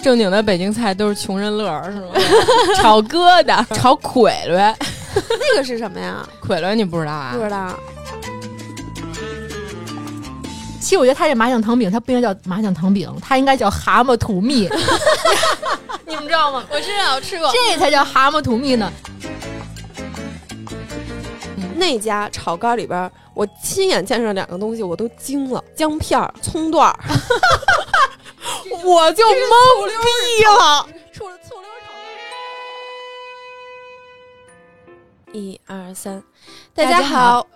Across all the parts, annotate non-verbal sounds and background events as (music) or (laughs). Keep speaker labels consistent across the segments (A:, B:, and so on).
A: 正经的北京菜都是穷人乐儿是 (laughs) 吗？炒疙瘩， (laughs) 炒傀儡，
B: 那个是什么呀？
A: (laughs) 傀儡你不知道啊
B: 不？知道。
C: 其实我觉得它这麻酱糖饼，它不应该叫麻酱糖饼，它应该叫蛤蟆吐蜜，
B: 你们知道吗？我之前有吃过
C: (laughs) 这才叫蛤蟆吐蜜呢。
B: 那家炒肝里边儿，我亲眼见着两个东西，我都惊了：姜片儿、葱段 (laughs) 儿，我就懵逼了。醋醋溜炒肝。一二三，大
C: 大
B: 家
C: 家好
B: 好。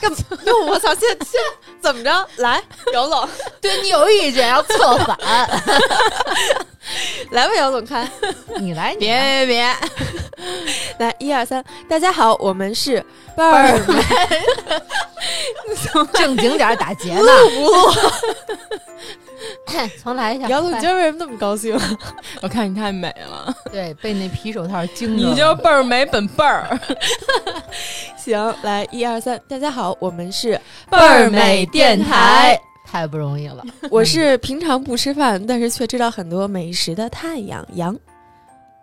B: 干嘛？ (laughs) 哟，我操！现现怎么着？来，姚总，
C: 对你有意见要策反，
B: 来吧，姚总开。
C: 你来，你
A: 别别
C: 来
A: 别！
B: 来，一二三，大家好，我们是倍儿
C: 正经点儿打劫呢，
B: 不录。
C: (coughs) 重来一下。
B: 姚总，你
C: 快
B: 今儿为什么那么高兴？
A: 啊 (laughs) 我看你太美了，
C: 对被那皮手套惊着了，
A: 你就倍儿美本倍儿。
B: (laughs)
A: (laughs)
B: 行，来，一二三，大家好，我们是
A: 倍儿美电台，
C: 太不容易了。
B: (laughs) 我是平常不吃饭，但是却知道很多美食的太阳羊。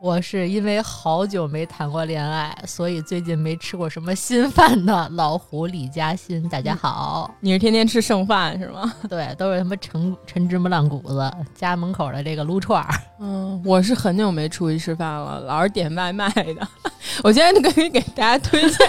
C: 我是因为好久没谈过恋爱，所以最近没吃过什么新饭的老胡李嘉欣。大家好，
A: 你是天天吃剩饭是吗？
C: 对，都是他妈陈陈芝麻烂谷子，家门口的这个撸串儿。
A: 嗯，我是很久没出去吃饭了，老是点外卖的。 (laughs) 我现在就可以给大家推 (laughs) 荐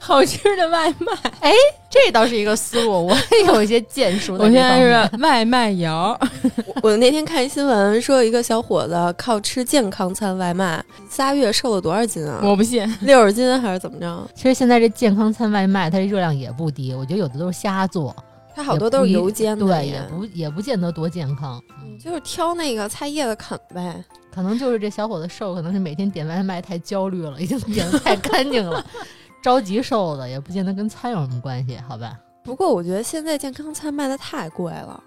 A: 好吃的外卖。
C: 这倒是一个思路，我 (laughs) 也有一些建树的。
A: 我现在是外卖摇， (laughs)
B: 我那天看一新闻说，一个小伙子靠吃健康餐外卖，仨月瘦了多少斤啊？
A: 我不信。
B: 六十斤还是怎么着？
C: 其实现在这健康餐外卖，它这热量也不低，我觉得有的都是瞎做，
B: 他好多都是油煎的
C: 对，也
B: 呀，
C: 不也不见得多健康。嗯
B: 就是挑那个菜叶子啃呗。
C: 可能就是这小伙子瘦，可能是每天点外卖太焦虑了，已经点的太干净 (laughs) 了，着急瘦的，也不见得跟餐有什么关系，好吧？
B: 不过我觉得现在健康餐卖的太贵了。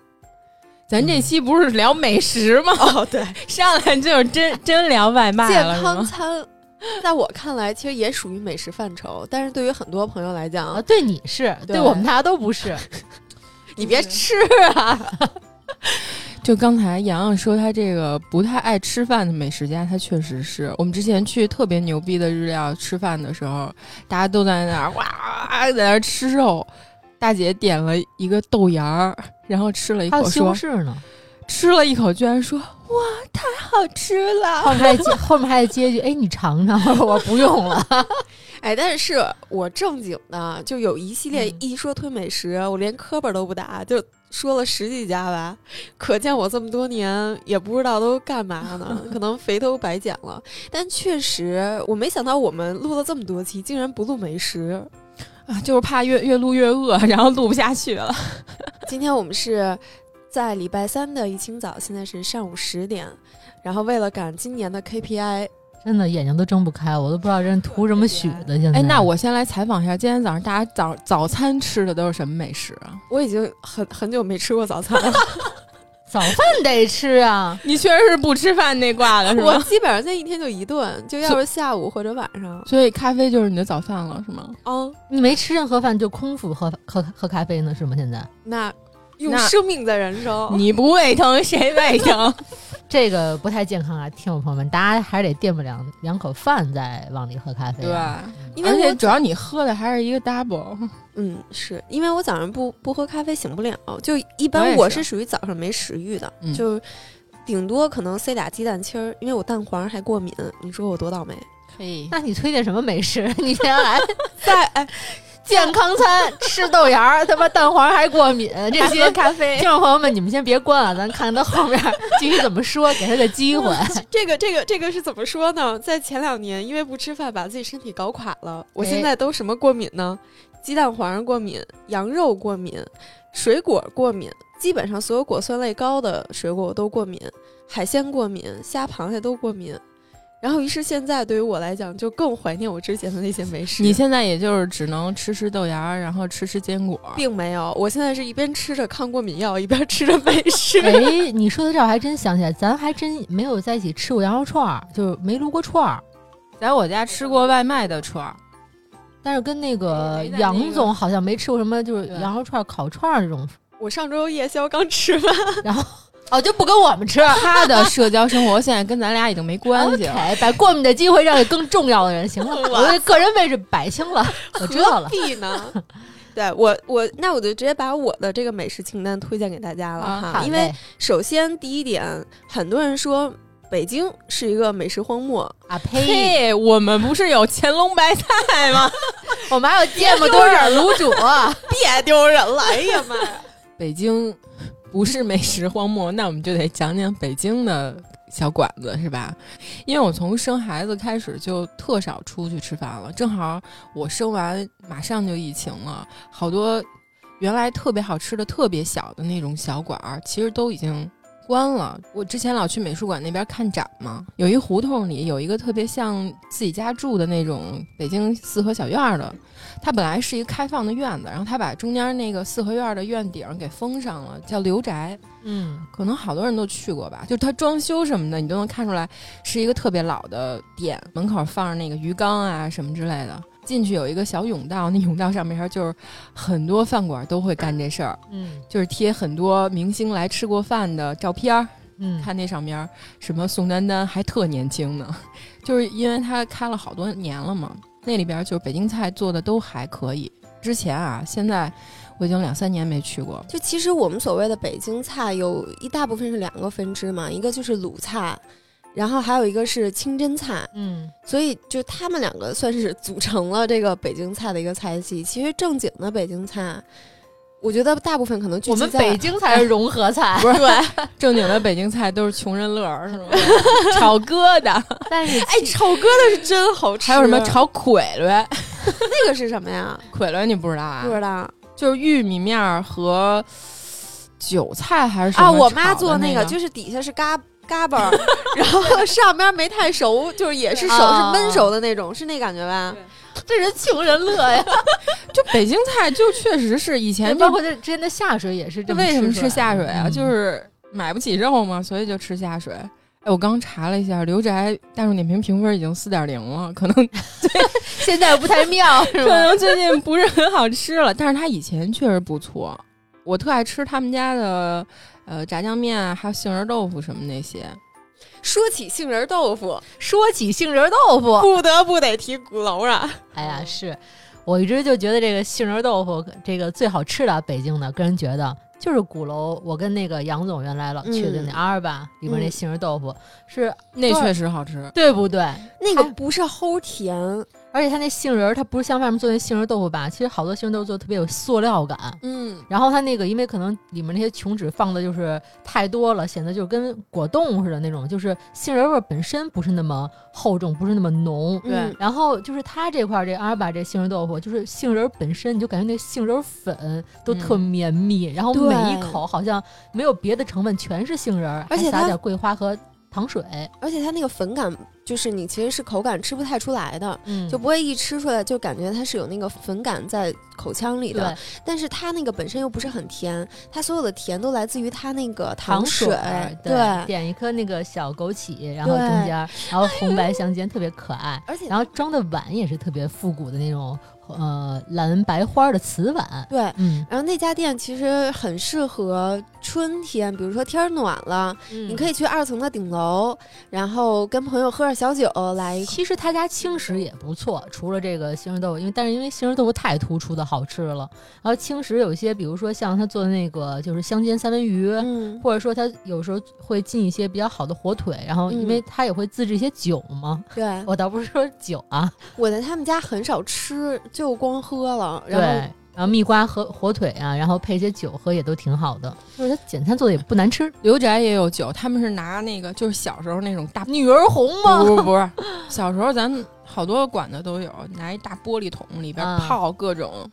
A: 咱这期不是聊美食吗？
B: 哦，对，
A: (laughs) 上来就真真聊外卖
B: 健
A: 了，是
B: 康
A: 吗
B: 餐。在我看来，其实也属于美食范畴，但是对于很多朋友来
C: 啊，
B: 讲，
C: 对你是，对
B: 对
C: 我们大家都不是。
B: 你别吃啊！
A: 就刚才洋洋说他这个不太爱吃饭的美食家，他确实是我们之前去特别牛逼的日料吃饭的时候，大家都在那儿哇在那儿吃肉，大姐点了一个豆芽儿，然后吃了一
C: 还有
A: 口
C: 西红
A: 说
C: 柿呢，
A: 吃了一口居然说哇太好吃了，
C: 后面还 (laughs) 接后面还得接一句，哎，你尝尝。我说我不用了， (laughs)
B: 哎，但是我正经的，就有一系列
C: 嗯
B: 一说推美食，我连磕巴都不打，就说了十几家吧。可见我这么多年也不知道都干嘛呢，可能肥头白减了。但确实，我没想到我们录了这么多期，竟然不录美食。
A: 啊就是怕越越录越饿，然后录不下去了。
B: 今天我们是在礼拜三的一清早，现在是上午十点。然后为了赶今年的 KPI，
C: 真的眼睛都睁不开，我都不知道这人图什么许的。
B: 嗯
C: 现在，
A: 哎，那我先来采访一下，今天早上大家早早餐吃的都是什么美食啊？
B: 我已经很很久没吃过早餐了。
C: 早饭得吃啊。
A: 你确实是不吃饭那挂的是
B: 我
A: 吗？
B: 基本上现在一天就一顿，就要
A: 所
B: 是下午或者晚上。
A: (laughs) 所以咖啡就是你的早饭了是吗？
B: 哦，
C: 你没吃任何饭就空腹喝喝喝咖啡呢是吗？现在
B: 那用
A: 那
B: 生命在燃烧。
A: 你不胃疼谁胃
B: (laughs)
A: 疼？
C: 这个不太健康啊，听友朋友们，大家还是得垫吧两两口饭再往里喝咖啡、
A: 对，
C: 啊。
B: 因
A: 而
B: 为
A: 且
B: 我
A: 主要你喝的还是一个
B: (laughs)
A: double，
B: 嗯，是因为我早上不不喝咖啡醒不了，就一
A: 我
B: 般
A: 也
B: 我
A: 是
B: 是属于早上没食欲的，
A: 嗯
B: 就顶多可能塞俩鸡蛋清儿，因为我蛋黄还过敏，你说我多倒霉。
A: 可以。
C: 那你推荐什么美食？ (laughs) 你先来
B: (laughs) 在哎，
C: 健康餐，吃豆芽儿，他妈蛋黄还过敏，这
B: (laughs)
C: 些
B: 咖啡
C: 听众朋友们，你们先别关了，咱看他后面
B: (laughs)
C: 继续怎么说，给他个机会。
B: 这个这个这个是怎么说呢？在前两年因为不吃饭把自己身体搞垮了，我
C: 哎
B: 现在都什么过敏呢？鸡蛋黄过敏，羊肉过敏，水果过敏，基本上所有果酸类高的水果我都过敏，海鲜过敏，虾螃蟹都过敏。然后，于是现在对于我来讲，就更怀念我之前的那些美食。
A: 你现在也就是只能吃吃豆芽儿，然后吃吃坚果。
B: 并没有，我现在是一边吃着抗过敏药，一边吃着美食。
C: (laughs) 哎，你说到这儿，我还真想起来，咱还真没有在一起吃过羊肉串儿，就是没撸过串儿。
A: 在我家吃过外卖的串儿，
C: 但是跟那个
A: 没在那个
C: 杨总好像没吃过什么，就是
A: 对
C: 羊肉串儿、烤串儿这种。
B: 我上周夜宵刚吃完，
C: 然后哦，就不跟我们吃。
A: 他的社交生活现在跟咱俩已经没关
B: (laughs)
A: 系
B: 哦
A: 了。
C: OK，把过敏的机会让给更重要的人， (laughs) 行了，我的个人位置摆清了，我知道 (laughs) 了。
B: 必呢？ (laughs) 对我我那我就直接把我的这个美食清单推荐给大家了
A: 啊
B: 哈，
C: 好
B: 因为
C: 嘞
B: 首先第一点，很多人说北京是一个美食荒漠，
C: 啊呸，
A: 嘿，我们不是有乾隆白菜吗？
C: 我们还有芥末多少卤 (laughs) 煮，
B: 别丢人了，哎呀妈呀！
A: 北京不是美食荒漠， (laughs) 那我们就得讲讲北京的小馆子是吧？因为我从生孩子开始就特少出去吃饭了，正好我生完马上就疫情了，好多原来特别好吃的、特别小的那种小馆儿，其实都已经。关了。我之前老去美术馆那边看展嘛，有一胡同里有一个特别像自己家住的那种北京四合小院儿的，它本来是一个开放的院子，然后它把中间那个四合院的院顶给封上了，叫刘宅。
C: 嗯，
A: 可能好多人都去过吧，就是它装修什么的，你都能看出来是一个特别老的店，门口放着那个鱼缸啊什么之类的。进去有一个小甬道，那甬道上面就是很多饭馆都会干这事儿，
C: 嗯
A: 就是贴很多明星来吃过饭的照片儿，
C: 嗯，
A: 看那上面儿什么宋丹丹还特年轻呢，就是因为她开了好多年了嘛，那里边儿就是北京菜做的都还可以。之前啊，现在我已经两三年没去过，
B: 就其实我们所谓的北京菜有一大部分是两个分支嘛，一个就是鲁菜，然后还有一个是清真菜，
C: 嗯
B: 所以就他们两个算是组成了这个北京菜的一个菜系。其实正经的北京菜，我觉得大部分可能聚
C: 我
B: 集
C: 们
B: 在
C: 北京才是融合菜，
A: 不是正经的北京菜都是穷人乐儿是吗？
B: (laughs)
A: 炒疙瘩，
C: (laughs) 但是
B: 哎，炒疙瘩是真好吃。
A: 还有什么炒傀儡？
B: 那个是什么呀？
A: 傀儡你不知道啊
B: 不？知道
A: 就是玉米面儿和韭菜还是什么
B: 啊，我
A: 炒
B: 妈
A: 的
B: 做
A: 那
B: 那个就是底下是嘎嘎巴儿， (laughs) 然后上边没太熟，就是也是熟，是
C: 啊
B: 焖熟的那种，是那感觉吧？
C: (laughs) 这人穷人乐 (laughs) 呀。
A: 就北京菜就确实是以前就
C: 包括这之前的下水也是这
A: 这
C: 么
A: 为什么
C: 吃出
A: 吃
C: 来
A: 下
C: 的
A: 水啊？
C: 嗯
A: 就是买不起肉嘛，所以就吃下水。哎，我刚查了一下，刘宅大众点评评分已经四点零了，可能
C: 现在不太妙，是
A: 可
C: 吧？
A: 能最近不是很好吃了，但是它以前确实不错。我特爱吃他们家的呃炸酱面啊，还有杏仁豆腐什么那些。
B: 说起杏仁豆腐，
C: 说起杏仁豆腐，
B: 不得不得提鼓楼啊，
C: 哎呀，是我一直就觉得这个杏仁豆腐这个最好吃的，啊北京的，个人觉得就是鼓楼。我跟那个杨总原来老去的那
B: 嗯
C: 阿尔巴里边那
B: 嗯
C: 杏仁豆腐是
A: 那
C: 对
A: 确实好吃，
C: 对不对？
B: 那个
C: 哎
B: 不是齁甜，
C: 而且它那杏仁儿，它不是像外面做那杏仁豆腐吧？其实好多杏仁豆腐做得特别有塑料感。
B: 嗯，
C: 然后它那个，因为可能里面那些琼脂放的就是太多了，显得就是跟果冻似的那种，就是杏仁味儿本身不是那么厚重，不是那么浓。
A: 对
B: 嗯
C: 然后就是它这块儿这阿尔巴这杏仁豆腐，就是杏仁本身，你就感觉那杏仁粉都特绵密，然
B: 嗯
C: 后
B: 对
C: 每一口好像没有别的成分，全是杏仁儿，
B: 而且
C: 还
B: 它
C: 撒点桂花和糖水，
B: 而且它那个粉感，就是你其实是口感吃不太出来的，
C: 嗯
B: 就不会一吃出来就感觉它是有那个粉感在口腔里
C: 对
B: 的。但是它那个本身又不是很甜，它所有的甜都来自于它那个
C: 糖
B: 水。
C: 儿
B: 对，
C: 点一颗那个小枸杞，然后
B: 对哎
C: 中间儿，然后红白相间，特别可爱。
B: 而且
C: 然后装的碗也是特别复古的那种，呃，蓝白花儿的瓷碗。
B: 对，
C: 嗯，
B: 然后那家店其实很适合春天，比如说天儿暖了，嗯你
C: 你
B: 可
C: 以。
B: 以去二层的顶楼，然后跟朋友喝点小酒来一块。
C: 其实他家轻食也不错，除了这个杏仁豆腐，因为但是因为杏仁豆腐太突出的好吃了，然后轻食有一些，比如说像他做的那个就是香煎三文鱼，
B: 嗯，
C: 或者说他有时候会进一些比较好的火腿，然后因为他也会自制一些酒嘛，
B: 对，
C: 我倒不是说酒啊，
B: 我在他们家很少吃，就光喝了。
C: 对，
B: 然后
C: 然后蜜瓜和火腿啊，然后配一些酒喝也都挺好的，就是他简餐做的也不难吃。
A: 刘宅也有酒，他们是拿那个就是小时候那种
C: (laughs)
A: 大，
C: 女儿红
A: 不是不是，小时候咱们好多馆子都有，拿一大玻璃桶里边
C: 啊
A: 泡各种，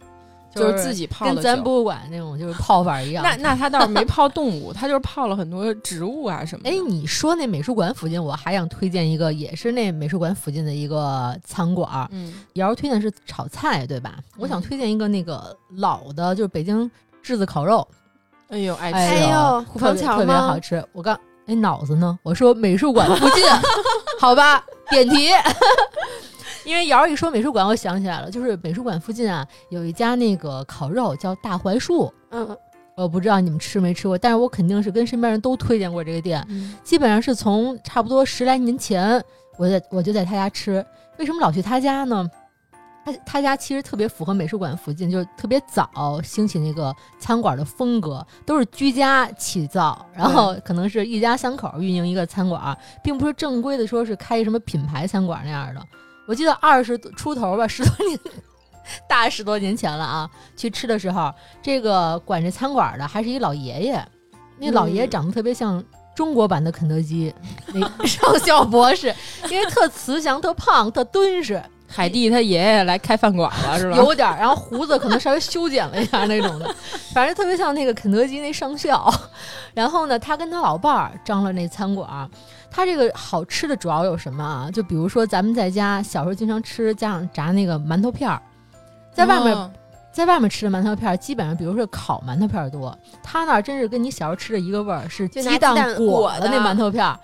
C: 就是
A: 自己泡
C: 跟
A: 的
C: 咱
A: 酒
C: 博物馆那种就是泡法一
A: (laughs)
C: 样。
A: 那那他倒
C: (laughs)
A: 是没泡动物，他就是泡了很多植物啊什么的。
C: 哎，你说那美术馆附近，我还想推荐一个，也是那美术馆附近的一个餐馆儿。
A: 嗯，
C: 瑶儿推荐是炒菜，对吧？我想
A: 嗯
C: 推荐一个那个老的，就是北京炙子烤肉，
A: 哎呦，爱吃
C: 哎
A: 啊
C: 呦特
B: 唐
C: 别
B: 桥
C: 特别
B: 吗嗯
C: 好吃。我刚哎脑子呢？我说美术馆附近，好吧，点题。因为瑶儿一说美术馆，我想起来了，就是美术馆附近啊有一家那个烤肉叫大槐树，
B: 嗯，
C: 我不知道你们吃没吃过，但是我肯定是跟身边人都推荐过这个店。
A: 嗯
C: 基本上是从差不多十来年前，我在我就在他家吃。为什么老去他家呢？他他家其实特别符合美术馆附近，就是特别早兴起那个餐馆的风格，都是居家起造，然后可能是一家三口运营一个餐馆，并不是正规的说是开什么品牌餐馆那样的。我记得二十出头吧，十多年，大十多年前了啊，去吃的时候，这个管这餐馆的还是一老爷爷，那老爷爷
B: 嗯
C: 长得特别像中国版的肯德基，
A: 嗯
C: 那 (laughs) 上校博士，因为特慈祥、特胖、特敦实，
A: 海蒂他爷爷来开饭馆了是吧？
C: 有点儿，然后胡子可能稍微修剪了一下那种的，
A: (laughs)
C: 反正特别像那个肯德基那上校。 (laughs) 然后呢，他跟他老伴儿张罗那餐馆儿。他这个好吃的主要有什么啊？就比如说咱们在家小时候经常吃，加上炸那个馒头片儿，在外面、
A: 哦
C: 在外面吃的馒头片儿，基本上比如说烤馒头片儿多，他那儿真是跟你小时候吃的一个味儿，是
B: 就拿
C: 鸡
B: 鸡
C: 蛋
B: 蛋
C: 裹
B: 裹
C: 的那
B: 的
C: 馒头片儿。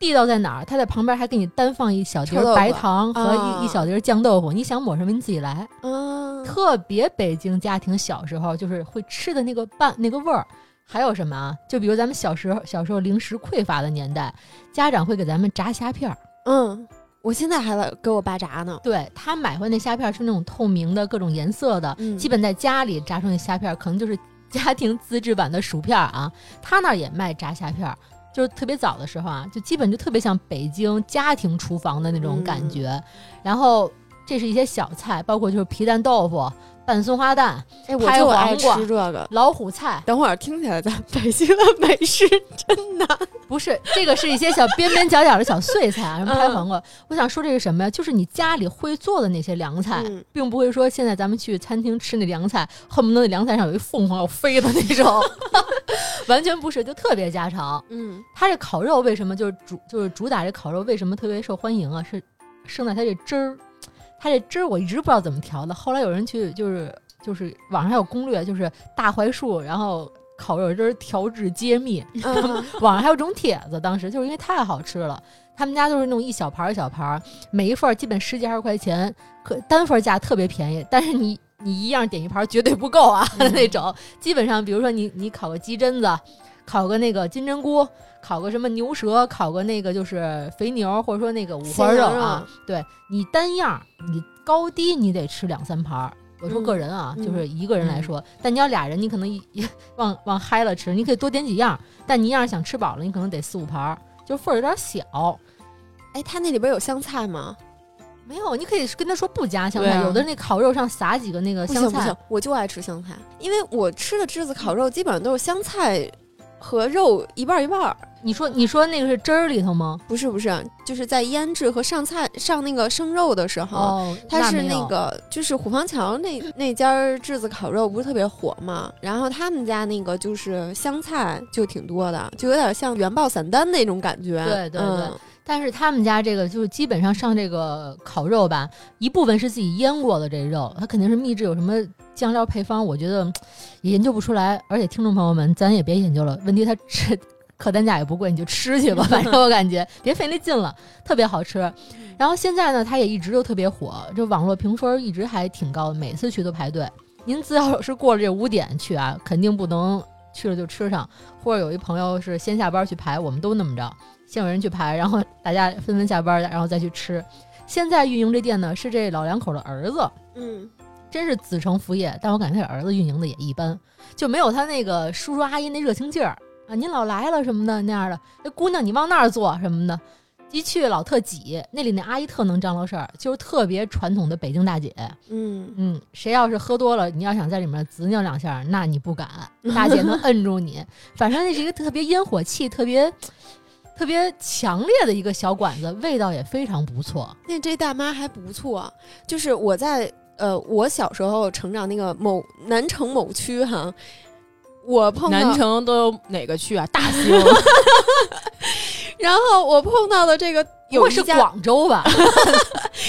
C: 地道在哪儿？他在旁边还给你单放一小碟
B: 臭豆
C: 儿
B: 腐
C: 白糖和一、
B: 啊
C: 一小碟儿酱豆腐，你想抹什么你自己来。
B: 嗯，
C: 特别北京家庭小时候就是会吃的那个拌那个味儿。还有什么啊？就比如咱们小时候小时候零食匮乏的年代，家长会给咱们炸虾片儿。
B: 嗯，我现在还老给我爸炸呢。
C: 对他买回来那虾片儿是那种透明的，各种颜色的，
B: 嗯
C: 基本在家里炸出那虾片儿，可能就是 (laughs) 家庭自制版的薯片儿啊。他那儿也卖炸虾片儿，就是特别早的时候啊，就基本就特别像北京家庭厨房的那种
B: 嗯
C: 感觉。然后这是一些小菜，包括就是皮蛋豆腐、拌松花蛋、
B: 哎，我
C: 拍
B: 就
C: 黄
B: 爱
C: 瓜
B: 吃这个。
C: 老虎菜，
B: 等会儿听起来咱北京的美食真难。
C: 不是这个是一些小 (laughs) 边边角角的小碎菜啊，什么
B: 嗯
C: 拍黄瓜。我想说这是什么呀？就是你家里会做的那些凉菜，
B: 嗯
C: 并不会说现在咱们去餐厅吃那凉菜，恨不得那凉菜上有一凤凰要飞的那种， (laughs) 完全不是，就特别家常。
B: 嗯
C: 它这烤肉为什么就是主就是主打这烤肉为什么特别受欢迎啊？是胜在它这汁儿，它这汁儿我一直不知道怎么调的。后来有人去就是就是网上还有攻略，就是大槐树，然后烤肉汁儿调制揭秘，
B: 嗯
C: 网上还有种帖子，当时就是因为太好吃了。他们家都是那种一小盘儿一小盘儿，每一份儿基本十几二十块钱，可单份儿价特别便宜。但是你你一样点一盘儿绝对不够啊、
B: 嗯
C: (laughs) 那种。基本上，比如说你你烤个鸡胗子，烤个那个金针菇，烤个什么牛舌，烤个那个就是肥牛，或者说那个五花
B: 鲜
C: 肉
B: 羊
C: 啊。对你单样儿，你高低你得吃两三盘儿。我说
B: 嗯
C: 个人啊，
B: 嗯
C: 就是一个人来说，但你要俩人，你可能一一 (laughs) 往往嗨了吃，你可以多点几样儿。但你要是想吃饱了，你可能得四五盘儿，就份儿有点小。
B: 哎，它那里边有香菜吗？
C: 没有，你可以跟他说不加香
A: 对
C: 菜，
A: 啊
C: 有的那烤肉上撒几个那个
B: 不
C: 香
B: 行不
C: 菜
B: 行，，我就爱吃香菜，因为我吃的栀子烤肉基本上都是香菜和肉一半儿一半儿。
C: 你说你说那个是汁儿里头吗？
B: 不是不是，就是在腌制和上菜上那个生肉的时候，
C: 哦，
B: 它是
C: 没
B: 那
C: 有
B: 个，就是虎坊桥那那家儿炙子烤肉不是特别火嘛，然后他们家那个就是香菜就挺多的，就有点像原爆散丹那种感觉。
C: 对对
B: 嗯
C: 但是他们家这个就是基本上上这个烤肉吧，一部分是自己腌过的这肉，它肯定是秘制有什么酱料配方，我觉得嗯也研究不出来。而且听众朋友们，咱也别研究了，问题它吃客单价也不贵，你就吃去吧，反正我感觉别费那劲了，特别好吃。然后现在呢，它也一直都特别火，这网络评分一直还挺高，每次去都排队。您只要是过了这五点去啊，肯定不能去了就吃上，或者有一朋友是先下班去排，我们都那么着。先有人去排，然后大家纷纷下班，然后再去吃。现在运营这店呢是这老两口的儿子，
B: 嗯
C: 真是子承父业，但我感觉他儿子运营的也一般，就没有他那个叔叔阿姨那热情劲儿啊。您老来了什么的那样的，哎，姑娘你往那儿坐什么的，一去老特挤。那里那阿姨特能张罗事儿，就是特别传统的北京大姐。
B: 嗯
C: 嗯，谁要是喝多了，你要想在里面滋尿两下，那你不敢，大姐
B: (laughs)
C: 能摁住你。反正那是一个特别烟火气特别特别强烈的一个小馆子，味道也非常不错。
B: 那这大妈还不错，就是我在呃我小时候成长那个某南城某区哈，我碰到
A: 南城都有哪个区啊？大兴
B: 然后我碰到的这个
C: 不
B: 有
C: 会
B: 一
C: 是
B: 家
C: 广州吧？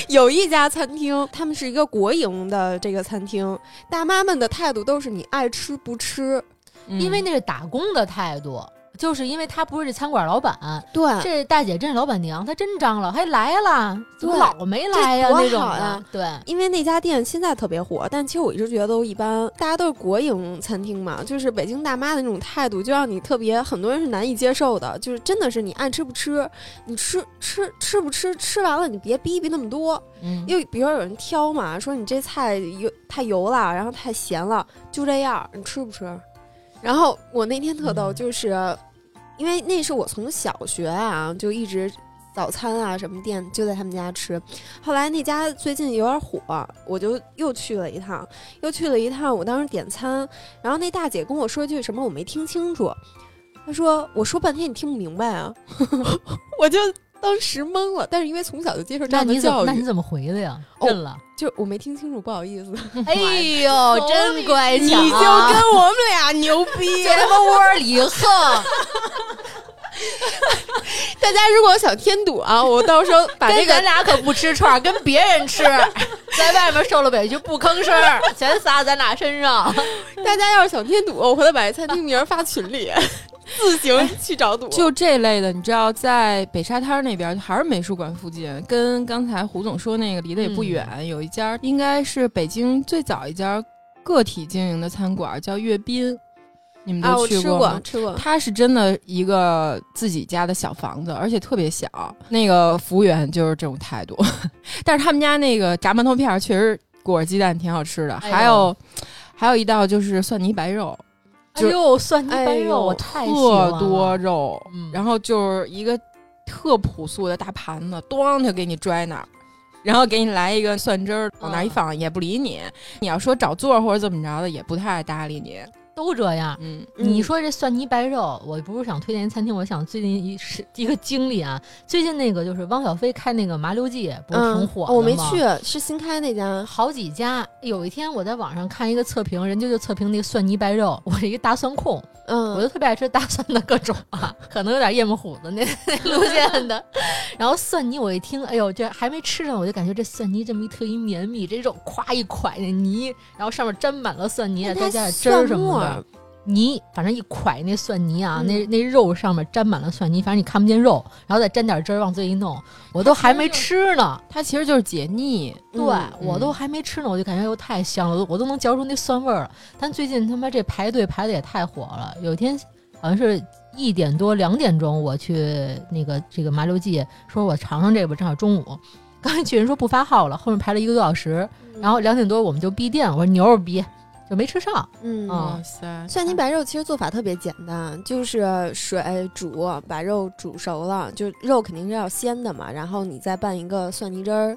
B: 有一家餐厅，他们是一个国营的这个餐厅，大妈们的态度都是你爱吃不吃，
A: 嗯
C: 因为那是打工的态度。就是因为他不是这餐馆老板，
B: 对，
C: 这大姐真是老板娘，她真张罗，还来了，怎么
B: 对
C: 老没来呀、
B: 这多
C: 那种
B: 好
C: 的
B: 呀，
C: 对。
B: 因为那家店现在特别火，但其实我一直觉得都一般。大家都是国营餐厅嘛，就是北京大妈的那种态度，就让你特别很多人是难以接受的。就是真的是你爱吃不吃，你吃吃吃不吃，吃完了你别逼逼那么多。
C: 嗯，
B: 因为比如说有人挑嘛，说你这菜油太油了，然后太咸了，就这样，你吃不吃？然后我那天特逗，
C: 嗯
B: 就是、因为那是我从小学啊就一直早餐啊什么店就在他们家吃，后来那家最近有点火，我就又去了一趟，又去了一趟，我当时点餐，然后那大姐跟我说句什么我没听清楚，她说我说半天你听不明白啊， (laughs) 我就。当时懵了，但是因为从小就接受这
C: 那
B: 样的
C: 你怎
B: 教
C: 么
B: 育，
C: 那你怎么回的呀？
B: 哦 (laughs)
C: 认了。
B: 就我没听清楚，不好意思。
C: 哎 (laughs) 呦，真
B: 哎
C: 乖巧、
A: 你就
B: 啊 (laughs)
A: 跟我们俩牛逼
C: 就他妈窝里横，
B: 大家如果想添堵啊，我到时候把这
C: 跟咱
B: 个
C: 俩可不吃串儿，跟别
B: (laughs)
C: 人吃，在外面受了委屈不吭声儿，全撒咱俩身上。
B: 大家要是想添堵，我回头把这餐厅名儿发群 (laughs) 里，自行去找堵。
A: 就这类的，你知道，在北沙滩那边还是美术馆附近，跟刚才胡总说那个离得也不远，
C: 嗯
A: 有一家应该是北京最早一家个体经营的餐馆，叫阅兵，你们
B: 啊，
A: 都
B: 我
A: 去
B: 吃
A: 过吗？
B: 过，吃过。
A: 它是真的一个自己家的小房子，而且特别小。那个服务员就是这种态度， (laughs) 但是他们家那个炸馒头片儿确实裹着鸡蛋挺好吃的，
C: 哎呦
A: 还有还有一道就是蒜泥白肉，
C: (laughs) 哎呦，蒜泥白
B: 哎
C: 肉，
B: 呦
C: 我太喜欢
A: 特
C: 了
A: 多。肉，
C: 嗯
A: 然后就是一个特朴素的大盘子，咣就给你拽那儿。然后给你来一个蒜汁儿，往那儿一
C: 嗯
A: 放、也不理你。你要说找座儿或者怎么着的，也不太搭理你。
C: 都这样。
A: 嗯，
B: 嗯
C: 你说这蒜泥白肉，我不是想推荐餐厅，我想最近一是一个经历啊，最近那个就是汪小菲开那个麻溜记，不是挺火的吗？
B: 嗯哦我没去，是新开那家。
C: 好几家。有一天我在网上看一个测评，人家就测评那个蒜泥白肉，我是一个大蒜控，我
B: 嗯，
C: 就特别爱吃大蒜的各种啊，可能有点夜幕虎子那那路线的。然后蒜泥我一听，哎呦，这还没吃呢，我就感觉这蒜泥这么一特一绵密，这肉夸一蒯那泥，然后上面沾满了蒜泥，
B: 那它
C: 再加点汁儿
B: 蒜
C: 什么的
B: 末。
C: 泥，反正一蒯那蒜泥啊，
B: 嗯
C: 那那肉上面沾满了蒜泥，反正你看不见肉，然后再沾点汁儿往嘴里弄，我都还
B: 哎
C: 没吃呢。
A: 它其实就是解腻。
C: 对、
B: 嗯
C: 我都还没吃呢，我就感觉又太香了，我都能嚼出那蒜味儿了。但最近他妈这排队排的也太火了，有一天好像是一点多两点钟，我去那个这个麻溜记，说我尝尝这个吧，正好中午。刚一去人说不发号了，后面排了一个多小时，
B: 嗯
C: 然后两点多我们就闭店，我说牛肉逼，就没吃上。
B: 嗯。
C: 啊
A: 哇塞，
B: 蒜泥白肉其实做法特别简单，就是水煮，把肉煮熟了，就肉肯定是要鲜的嘛，然后你再拌一个蒜泥汁儿，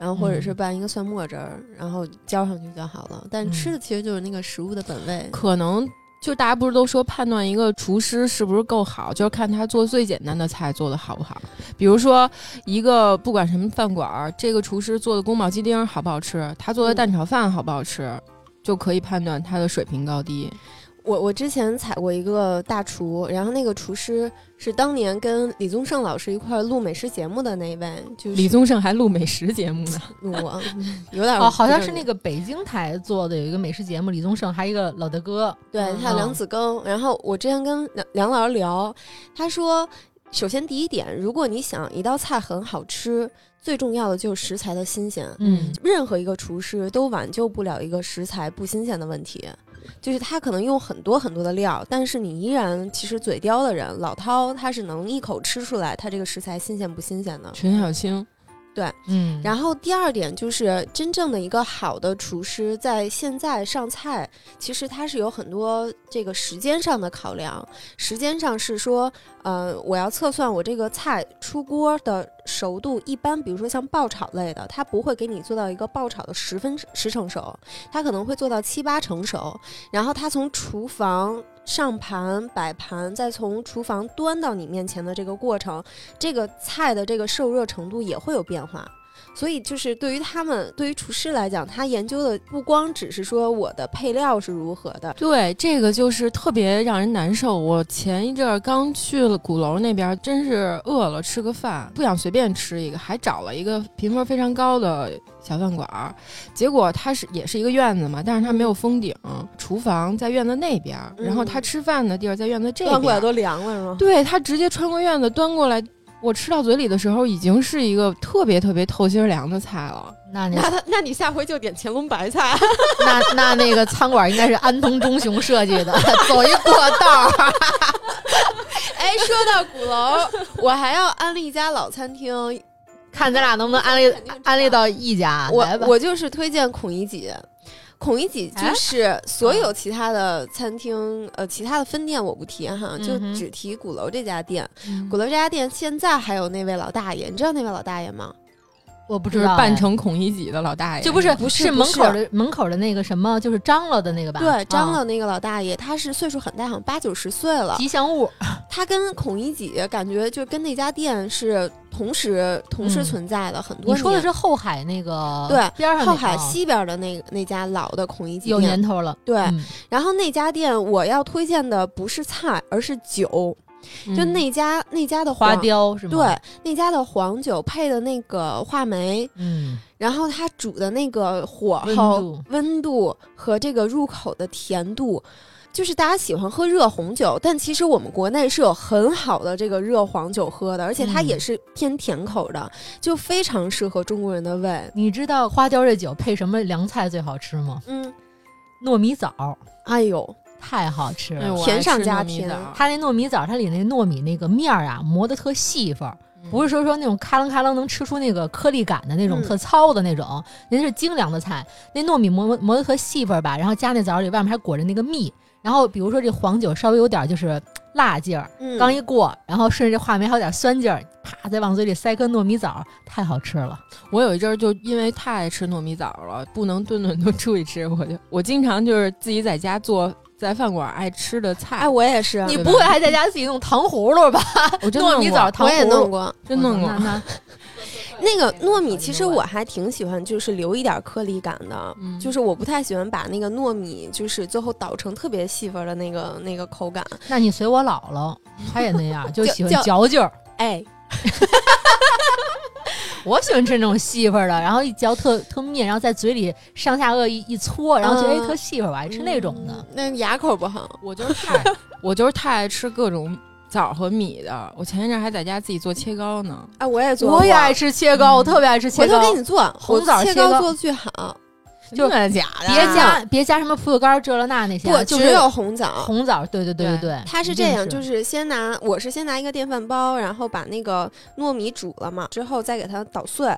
B: 然后或者是
C: 嗯
B: 拌一个蒜末汁儿，然后浇上去就好了。但
C: 嗯
B: 吃的其实就是那个食物的本味。
A: 可能就大家不是都说判断一个厨师是不是够好，就是看他做最简单的菜做的好不好。比如说一个不管什么饭馆儿，这个厨师做的宫保鸡丁好不好吃，他做的蛋炒饭好不好吃，就可以判断他的水平高低。
B: 我我之前采过一个大厨，然后那个厨师是当年跟李宗盛老师一块儿录美食节目的那一位，就是
A: 李宗盛还录美食节目呢，
B: (laughs) 哎我有点
C: 哦，好像是
B: 个。
C: 那个北京台做的有一个美食节目，李宗盛还有一个老大哥，
B: 对，
A: 嗯
B: 还有梁子庚。然后我之前跟梁梁老师聊，他说，首先第一点，如果你想一道菜很好吃，最重要的就是食材的新鲜。
C: 嗯，
B: 任何一个厨师都挽救不了一个食材不新鲜的问题，就是他可能用很多很多的料，但是你依然其实嘴刁的人，老饕他是能一口吃出来他这个食材新鲜不新鲜的。
A: 陈小青。
C: 嗯，
B: 然后第二点就是，真正的一个好的厨师，在现在上菜，其实他是有很多这个时间上的考量。时间上是说，呃，我要测算我这个菜出锅的熟度。一般比如说像爆炒类的，它不会给你做到一个爆炒的十分十成熟，它可能会做到七八成熟。然后它从厨房。上盘、摆盘，再从厨房端到你面前的这个过程，这个菜的这个受热程度也会有变化。所以就是对于他们，对于厨师来讲，他研究的不光只是说我的配料是如何的，
A: 对，这个就是特别让人难受。我前一阵儿刚去了鼓楼那边，真是饿了吃个饭，不想随便吃一个，还找了一个评分非常高的小饭馆儿。结果它是也是一个院子嘛，但是它没有封顶，厨房在院子那边儿，然后他
B: 嗯
A: 吃饭的地儿在院子这边儿。
B: 端过来都凉了是吗？
A: 对他直接穿过院子端过来，我吃到嘴里的时候已经是一个特别特别透心儿凉的菜了。
C: 那那
B: 那他 (laughs) 那你下回就点乾隆白菜，
C: (laughs) 那那那个餐馆应该是安藤忠雄设计的，走一过道
B: (laughs)
C: 儿，(laughs)
B: 哎，说到鼓楼，我还要安利一家老餐 (laughs) 厅，
C: 看咱俩能不能安利安利到一家。来
B: 我
C: 吧，
B: 我就是推荐孔乙己。孔乙己就是所有其他的餐厅，呃，其他的分店我不提哈，
C: 嗯
B: 就
C: 哼
B: 只提鼓楼这家店。
A: 嗯
B: 鼓楼这家店现在还有那位老大爷，你知道那位老大爷吗？
C: 我不
A: 就
C: 知
A: 是
C: 道哎，
A: 扮成孔乙己的老大爷，
C: 就不是
B: 不是
C: 是
B: 不
C: 门
B: 是
C: 口的门口的那个什么，就是张罗的那个吧？
B: 对，张
C: 啊
B: 罗那个老大爷，他是岁数很大，好像八九十岁了。
C: 吉祥物，
B: 他跟孔乙己感觉就跟那家店是同时同时
C: 嗯
B: 存在的很多
C: 你
B: 年。
C: 说的是后海那个
B: 对
C: 边上那
B: 后
C: 个
B: 海
C: 啊
B: 西边的那那家老的孔乙己
C: 有
B: 店
C: 年，头了，
B: 对。
C: 嗯
B: 然后那家店我要推荐的不是菜，而是酒，
A: 嗯
B: 就那家那家的
C: 花
B: 黄，
C: 雕是吗？
B: 对，那家的黄酒配的那个话梅，
C: 嗯，
B: 然后它煮的那个火
C: 温
B: 候、
C: 度
B: 温度和这个入口的甜度。就是大家喜欢喝热红酒，但其实我们国内是有很好的这个热黄酒喝的，而且它
C: 嗯
B: 也是偏甜口的，就非常适合中国人的胃。
C: 你知道花雕这酒配什么凉菜最好吃吗？
B: 嗯，
C: 糯米枣
B: 哎呦，
C: 太好吃
A: 哎
C: 了。
A: 呦我
B: 甜
A: 爱
B: 上
A: 吃
B: 加
A: 糯米
B: 甜
A: 枣
C: 它那糯米枣，它里那糯米那个面儿啊，磨得特细缝儿，
A: 嗯
C: 不是说说那种咔楞咔楞能吃出那个颗粒感的那种
B: 嗯
C: 特糙的那种，人家是精良的菜。那糯米磨磨得特细份儿吧，然后加那枣里，外面还裹着那个蜜。然后比如说这黄酒稍微有点就是辣劲儿，
B: 嗯，
C: 刚一过，然后顺着这话梅还有点酸劲儿，啪再往嘴里塞颗糯米枣，太好吃了。
A: 我有一阵儿就因为太爱吃糯米枣了，不能顿顿 (laughs) 都出去吃，我就我经常就是自己在家做在饭馆爱吃的菜，
B: 哎，我也是，
C: 你
A: 对
C: 不
A: 吧
C: 会还在家自己弄糖葫芦吧？
A: 我真
C: 糯
A: 弄
C: 米
A: 过
C: 枣糖
B: 我也
C: 葫
B: 弄
C: 芦。
B: 过
A: 真弄过
C: 那，那
B: 那个糯米，其实我还挺喜欢，就是留一点颗粒感的。
A: 嗯
B: 就是我不太喜欢把那个糯米，就是最后捣成特别细份儿的那个那个口感。
C: 那你随我姥姥，她也那
A: (laughs)
C: 样，就
B: 就
C: 喜
B: 就
C: 欢嚼劲儿。
B: 哎，
C: 我喜欢吃那种细份儿的，然后一嚼特特面，然后在嘴里上下颚一一搓，然后觉得
B: 嗯
C: 哎特细份儿，我爱吃那种的。
B: 嗯，那牙口不好。
A: 我就是太我就是太爱吃各种枣和米的。我前一阵儿还在家自己做切糕呢，
B: 哎，我也做过，
C: 吃切糕，我特别爱吃
B: 嗯回头给你做
C: 红枣
B: 我切
C: 切糕
B: 糕做的最好，
C: 就
A: 真的假的啊
C: 别加别加什么葡萄干儿这了那那些
B: 啊不
C: 的，就
B: 只
C: 是
B: 有红枣。
C: 啊红枣儿。对对对对对，
B: 它是
C: 一
B: 这
C: 定
B: 样，就是是先拿，我是先拿一个电饭煲，然后把那个糯米煮了嘛，之后再给它捣碎，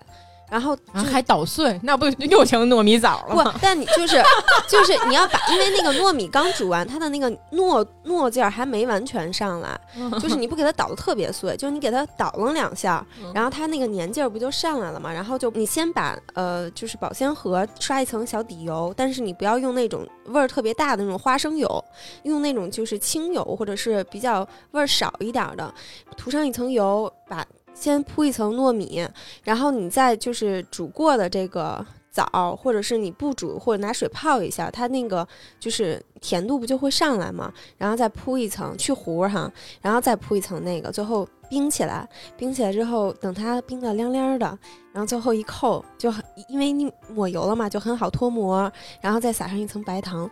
B: 然后
A: 啊，还捣碎，那不又成糯米枣了
B: 不
A: 吗？，
B: 但你就是就是你要把，因为那个糯米刚煮完，它的那个糯糯劲儿还没完全上来，就是你不给它捣得特别碎，就是你给它捣楞两下
A: 嗯，
B: 然后它那个粘劲儿不就上来了嘛？然后就你先把呃，就是保鲜盒刷一层小底油，但是你不要用那种味儿特别大的那种花生油，用那种就是清油或者是比较味儿少一点儿的，涂上一层油，把先铺一层糯米，然后你再就是煮过的这个枣，或者是你不煮，或者拿水泡一下，它那个就是甜度不就会上来嘛？然后再铺一层去核儿哈，然后再铺一层那个，最后冰起来。冰起来之后，等它冰的凉凉的，然后最后一扣就很，因为你抹油了嘛，就很好脱模。然后再撒上一层白糖，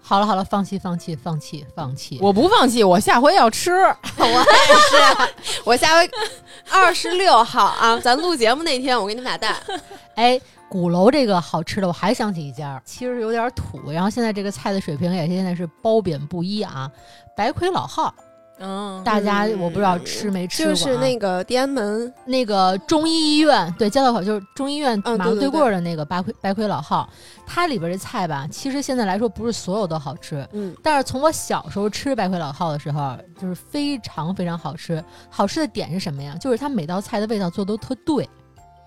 C: 好了好了，放弃放弃放弃放弃。
A: 我不放弃，我下回要吃。
B: (laughs) 我也是，我下 (laughs) 回二十六号啊，咱录节目那天我给你买单。
C: 哎，鼓楼这个好吃的，我还想起一家儿，其实有点土，然后现在这个菜的水平也现在是褒贬不一啊。白魁老号，
A: 嗯，
C: 大家
B: 嗯
C: 我不知道吃没吃过、
B: 就
C: 啊，
B: 是那个天安门，
C: 那个中医医院，对，交道口就是中医院
B: 嗯
C: 马路
B: 对对
C: 过儿的那个白魁白魁老号，它里边这菜吧，其实现在来说不是所有都好吃，
B: 嗯，
C: 但是从我小时候吃白魁老号的时候，就是非常非常好吃。好吃的点是什么呀？就是它每道菜的味道做都特对，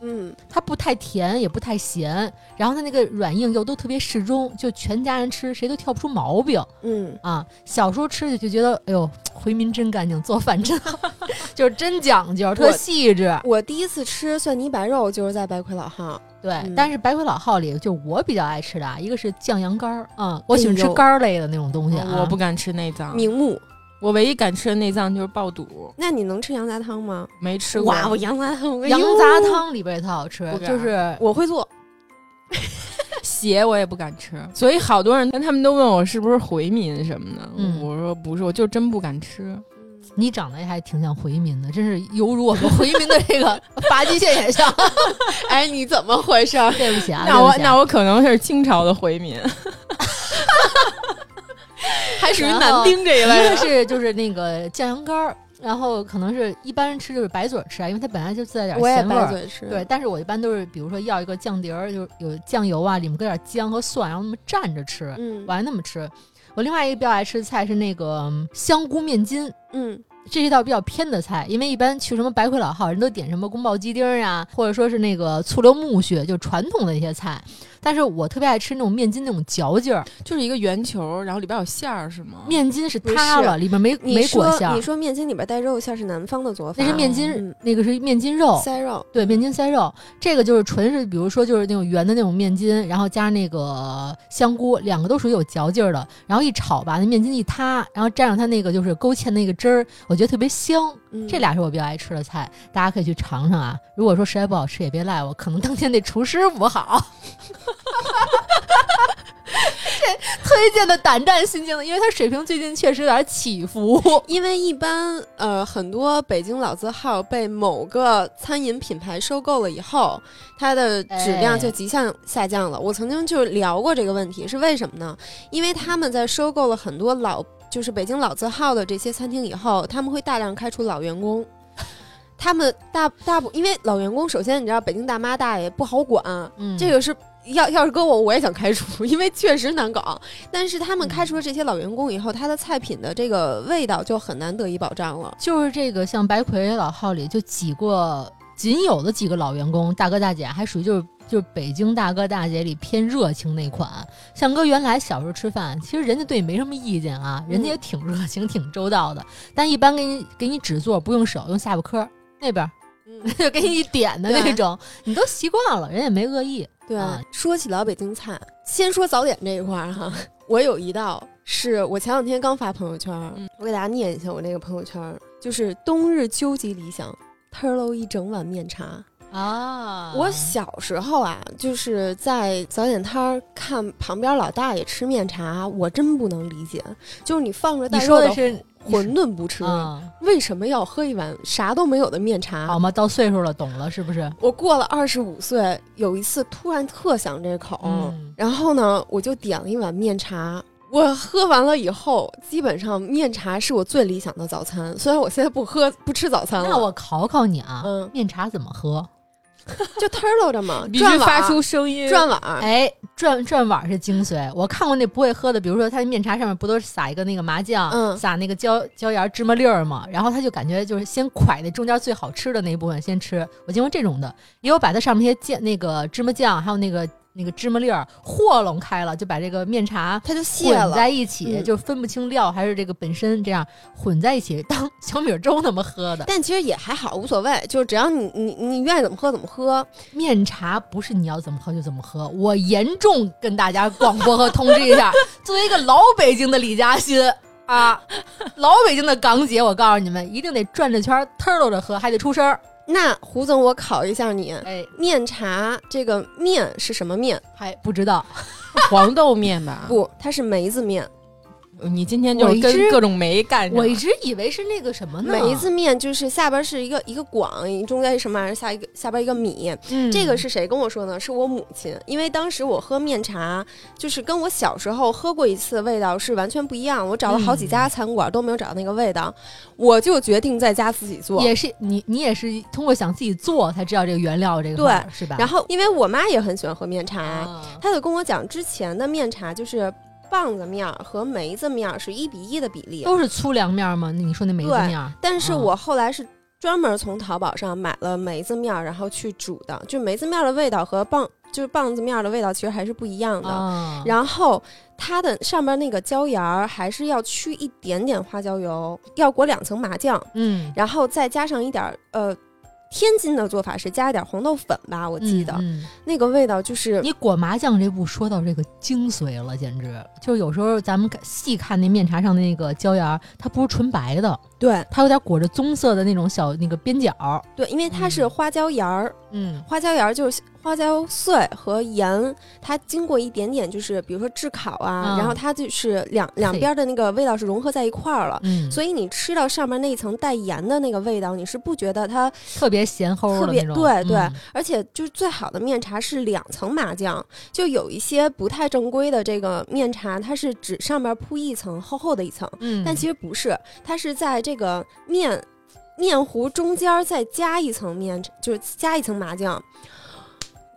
B: 嗯，
C: 它不太甜也不太咸，然后它那个软硬又都特别适中，就全家人吃谁都挑不出毛病。
B: 嗯， (laughs)
C: 啊，小时候吃就就觉得，哎呦，回民真干净，做饭真好。 (laughs) 就是真讲究，特细致。
B: 我第一次吃蒜泥白肉就是在白魁老汉，
C: 对，
B: 嗯
C: 但是白魁老号里，就我比较爱吃的啊，一个是酱羊肝儿，嗯，我喜欢
B: 哎
C: 吃
B: 呦哦
C: 肝儿类的那种东西啊。
A: 我不敢吃内脏，
B: 明目。
A: 我唯一敢吃的内脏就是爆肚，
B: 那你能吃羊杂汤吗？
A: 没吃过。
B: 哇，我羊杂汤，我
C: 羊
B: 哟
C: 杂汤里边也特好吃
A: 不，敢
C: 就是
B: 我会做，
A: 鞋我也不敢吃，所以好多人他们都问我是不是回民什么的，
C: 嗯
A: 我说不是，我就真不敢吃。
C: 你长得还挺像回民的，真是犹如我们回民的这
B: (laughs)
C: 个发际线也像。
B: 哎，你怎么回事儿？
C: 对不起啊，
A: 那我
C: 对不起啊
A: 那我可能是清朝的回民， (laughs)
B: 还属于
C: 然
B: 南
C: 后
B: 丁这一类
C: 一个 (laughs)
B: 的。
C: 是就是那个酱羊肝儿，然后可能是一般人吃就是白嘴儿吃啊，因为它本来就自带点儿
B: 我也
C: 咸味
B: 白
C: 儿。
B: 嘴嗯吃，
C: 对，，但是我一般都是比如说要一个酱碟儿，就是有酱油啊，里面搁点姜和蒜，然后那么蘸着吃，
B: 嗯
C: 我还那么吃。我另外一个比较爱吃的菜是那个嗯香菇面筋，
B: 嗯，
C: 这是一道比较偏的菜，因为一般去什么白魁老号，人都点什么宫保鸡丁儿啊，或者说是那个醋溜木须，就传统的一些菜。但是我特别爱吃那种面筋那种嚼劲儿，
A: 就是一个圆球，然后里边有馅儿是吗？
C: 面筋是塌了，里面没
B: 你
C: 没
B: 说
C: 裹馅
B: 你
C: 儿，
B: 说面筋里边带肉馅儿是南方的做法，
C: 那是面筋，
B: 嗯
C: 那个是面筋肉，
B: 塞肉，
C: 对，面筋塞肉。这个就是纯是，比如说就是那种圆的那种面筋，然后加上那个香菇，两个都属于有嚼劲儿的，然后一炒吧，那面筋一塌，然后蘸上它那个就是勾芡那个汁儿，我觉得特别香。
B: 嗯
C: 这俩是我比较爱吃的菜，大家可以去尝尝啊。如果说实在不好吃，也别赖我，可能当天那厨师不好。 (laughs) 这推荐的胆战心惊的，因为他水平最近确实有点起伏。
B: (laughs) 因为一般呃，很多北京老字号被某个餐饮品牌收购了以后，它的质量就急降下降了。我曾经就聊过这个问题，是为什么呢？因为他们在收购了很多老，就是北京老字号的这些餐厅以后，他们会大量开除老员工。他们大大部因为老员工，首先你知道北京大妈大爷不好管，
C: 嗯
B: 这个是要要是搁我，我也想开除， (laughs) 因为确实难搞。但是他们
C: 嗯
B: 开除了这些老员工以后，他的菜品的这个味道就很难得以保障了。
C: 就是这个，像白魁老号里就几个仅有的几个老员工，大哥大姐还属于就是就是北京大哥大姐里偏热情那款。像哥原来小时候吃饭，其实人家对你没什么意见啊，人家也挺热情、挺周到的，但一般给你给你指座，不用手，用下巴颏儿那边儿 (laughs)
B: 嗯，
C: 就给你点的那种，你都习惯了，人也没恶意。
B: (laughs) 对。
C: 啊
B: 说起老北京菜，先说早点这一块儿哈， (laughs) 我有一道是我前两天刚发朋友圈儿，
A: 嗯
B: 我给大家念一下我那个朋友圈儿，就是冬日究极理想，特喽一整碗面茶。
C: 啊
B: 我小时候啊，就是在早点摊儿看旁边老大爷吃面茶，我真不能理解，就是你放着
C: 你
B: 带肉
C: 说
B: 的
C: 的是
B: 馄饨不吃，
C: 啊，
B: 为什么要喝一碗啥都没有的面茶？
C: 好吗？到岁数了，懂了是不是？
B: 我过了二十五岁，有一次突然特想这口，
C: 嗯
B: 然后呢，我就点了一碗面茶。我喝完了以后，基本上面茶是我最理想的早餐。虽然我现在不喝不吃早餐了，
C: 那我考考你啊，
B: 嗯
C: 面茶怎么喝？
B: 就 turtle 着
C: (laughs)
B: 嘛，
A: 必须
B: 转碗
A: 发出声音，
B: 转碗，
C: 哎，转转碗是精髓。我看过那不会喝的，比如说他面茶上面不都是撒一个那个麻酱，
B: 嗯
C: 撒那个椒椒盐芝麻粒儿嘛，然后他就感觉就是先蒯那中间最好吃的那一部分先吃。我见过这种的，也有把它上面那些酱、那个芝麻酱还有那个那个芝麻粒儿和拢开了，就把这个面茶。
B: 它就泄
C: 混
B: 了。
C: 在一起，
B: 嗯
C: 就分不清料还是这个本身这样混在一起当小米粥那么喝的。
B: 但其实也还好，无所谓，就是只要你你你愿意怎么喝怎么喝。
C: 面茶不是你要怎么喝就怎么喝， (laughs) 我严重跟大家广播和通知一下， (laughs) 作为一个老北京的李嘉欣啊， (laughs) 老北京的港姐，我告诉你们，一定得转着圈儿腾溜着喝，还得出声儿。
B: 那胡总，我考一下你，
C: 哎，
B: 面茶这个面是什么面？
C: 还哎不知道，
A: 黄豆面
C: 啊
A: 吧。
B: 不，它是梅子面。
A: 你今天就
C: 我
A: 是
C: 一
A: 跟
C: 直
A: 各种酶
B: 哎
A: 干上
C: 我
A: 了
C: 一直以为是那个什么呢？
B: 梅子，面就是下边是一个一个广，中间是什么玩意儿？下一个下边一个米。
C: 嗯
B: 这个是谁跟我说呢？是我母亲，因为当时我喝面茶，就是跟我小时候喝过一次的味道是完全不一样。我找了好几
C: 嗯
B: 家餐馆都没有找到那个味道，我就决定在家自己做。
C: 也是你，你也是通过想自己做才知道这个原料这个味儿是吧？
B: 然后，哎因为我妈也很喜欢喝面茶，
C: 啊，
B: 她就跟我讲，之前的面茶就是棒子面儿和梅子面儿是一比一的比例，
C: 都是粗粮面吗？你说那梅子
B: 对
C: 面儿，
B: 但是
C: 啊
B: 我后来是专门从淘宝上买了梅子面儿，然后去煮的，就梅子面儿的味道和棒就是棒子面儿的味道其实还是不一样的。
C: 啊，
B: 然后它的上面那个椒盐儿还是要去一点点花椒油，要裹两层麻酱，
C: 嗯，
B: 然后再加上一点儿呃，天津的做法是加一点儿黄豆粉吧，我记得、
C: 嗯嗯
B: 那个味道
C: (laughs)
B: 就是
C: 你裹麻酱这步说到这个精髓了，简直就是有时候咱们看细看那面茶上的那个椒盐儿，它不是纯白的，
B: 对
C: 它有点裹着棕色的那种小那个边角儿，
B: 对，因为它是
C: 嗯
B: 花椒盐儿，
C: 嗯
B: 花椒盐儿就是花椒碎和盐，它经过一点点就是比如说炙烤啊，
C: 嗯
B: 然后它就是两两边的那个味道是融合在一块儿了。
C: 嗯，
B: 所以你吃到上面那一层带盐的那个味道，你是不觉得它，
C: 以特别咸齁的
B: 特别
C: 那种，
B: 对对
C: 嗯
B: 而且就是最好的面茶是两层麻酱，就有一些不太正规的这个面茶，它是只上面铺一层厚厚的一层，
C: 嗯，
B: 但其实不是，它是在这个面面糊中间儿再加一层面，就是加一层麻酱，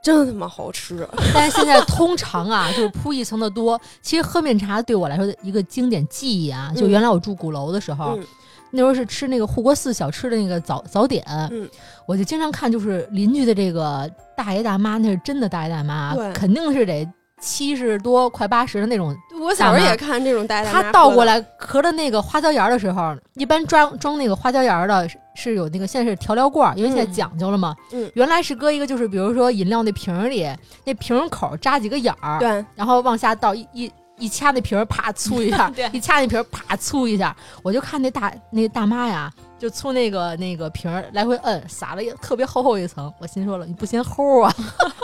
B: 真他妈好吃。啊
C: 但是现在通常啊，就是铺一层的多。其实喝面茶对我来说的一个经典记忆啊，就
B: 嗯
C: 原来我住鼓楼的时候，
B: 嗯
C: 那时候是吃那个护国寺小吃的那个早早点，
B: 嗯
C: 我就经常看，就是邻居的这个大爷大妈，那是真的大爷大妈啊
B: 对，
C: 肯定是得七十多快八十的那种。
B: 对我小时
C: 大
B: 候
C: 妈
B: 也看这种呆呆。
C: 他倒过，来咳的那个花椒盐儿的时候，一般装装那个花椒盐儿的是是有那个现在是调料罐儿，因为现在
A: 嗯
C: 讲究了嘛。
B: 嗯
C: 原来是搁一个就是比如说饮料那瓶儿里，那瓶儿口儿扎几个眼儿，
B: 对，
C: 然后往下倒一一一掐那瓶儿，啪粗一 (laughs) 下
A: 对，
C: 一掐那瓶儿，啪粗一下。我就看那大那大妈呀，就粗那个那个瓶儿来回摁，撒了一特别厚厚一层。我心说了，你不嫌齁啊？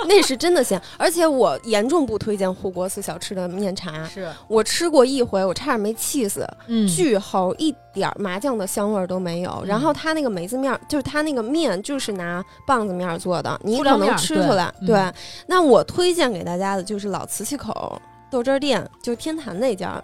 B: 那是真的咸，而且我严重不推荐护国寺小吃的面茶。
C: 是，
B: 我吃过一回，我差点没气死，
C: 嗯，
B: 巨齁，一点儿麻酱的香味儿都没有。
C: 嗯
B: 然后它那个梅子面儿，就是它那个面就是拿棒子面儿做的，你
C: 粗
B: 可
C: 粮面
B: 能
C: 儿
B: 吃
C: 对
B: 出来。
C: 嗯
B: 对，那我推荐给大家的就是老瓷器口豆汁儿店，就是天坛那家儿，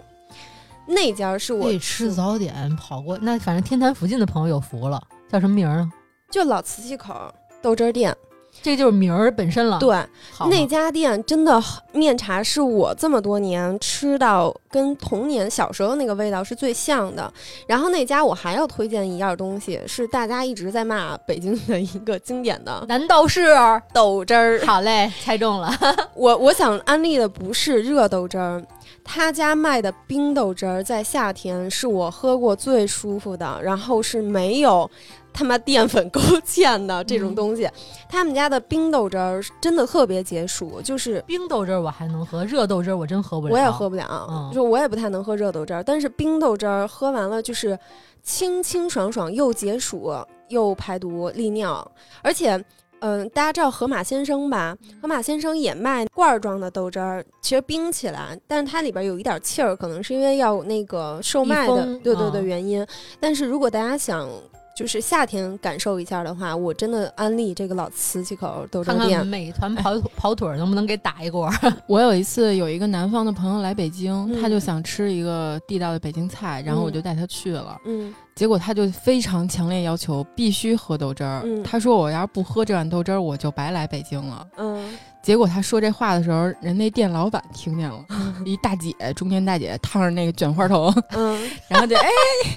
B: 那家儿是我
C: 为吃早点跑过，那反正天坛附近的朋友有福了，叫什么名儿呢？
B: 就老瓷器口豆汁儿店。
C: 这就是名儿本身了。，
B: 对，
C: 好
B: 那
C: 嘛
B: 家店真的好面茶是我这么多年吃到跟童年小时候那个味道是最像的。然后那家我还要推荐一样东西，是大家一直在骂北京的一个经典的
C: 难道是？
B: (laughs) 豆汁儿。
C: 好嘞， (laughs) 猜中了。
B: (laughs) 我我想安利的不是热豆汁儿，他家卖的冰豆汁儿在夏天是我喝过最舒服的，然后是没有他妈淀粉勾芡的这种东西。他们家的冰豆汁儿真的特别解暑，就是
C: 冰豆汁儿我还能喝，热豆汁儿我真喝不了。
B: 我也喝不了，
C: 嗯
B: 就我也不太能喝热豆汁儿，但是冰豆汁儿喝完了就是清清爽爽，又解暑又排毒利尿，而且。嗯，大家知道河马先生吧？
C: 嗯
B: 河马先生也卖罐儿装的豆汁儿，其实冰起来，但是它里边有一点气儿，可能是因为要有那个售卖
C: 密
B: 的
C: 封，
B: 对对对
C: 嗯
B: 原因。但是如果大家想就是夏天感受一下的话，我真的安利这个老瓷器口豆汁
C: 看
B: 儿店
C: 看。美团跑跑腿儿能不能给打一锅儿？
A: 我有一次有一个南方的朋友来北京，
B: 嗯
A: 他就想吃一个地道的北京菜，然后我
B: 嗯
A: 就带他去了。
B: 嗯，
A: 结果他就非常强烈要求必须喝豆汁儿。
B: 嗯
A: 他说我要是不喝这碗豆汁儿，我就白来北京了。
B: 嗯，
A: 结果他说这话的时候，人那店老板听见了，一大姐，中年大姐烫着那个卷花头， (laughs)
B: 嗯，
C: (laughs)
A: 然后就哎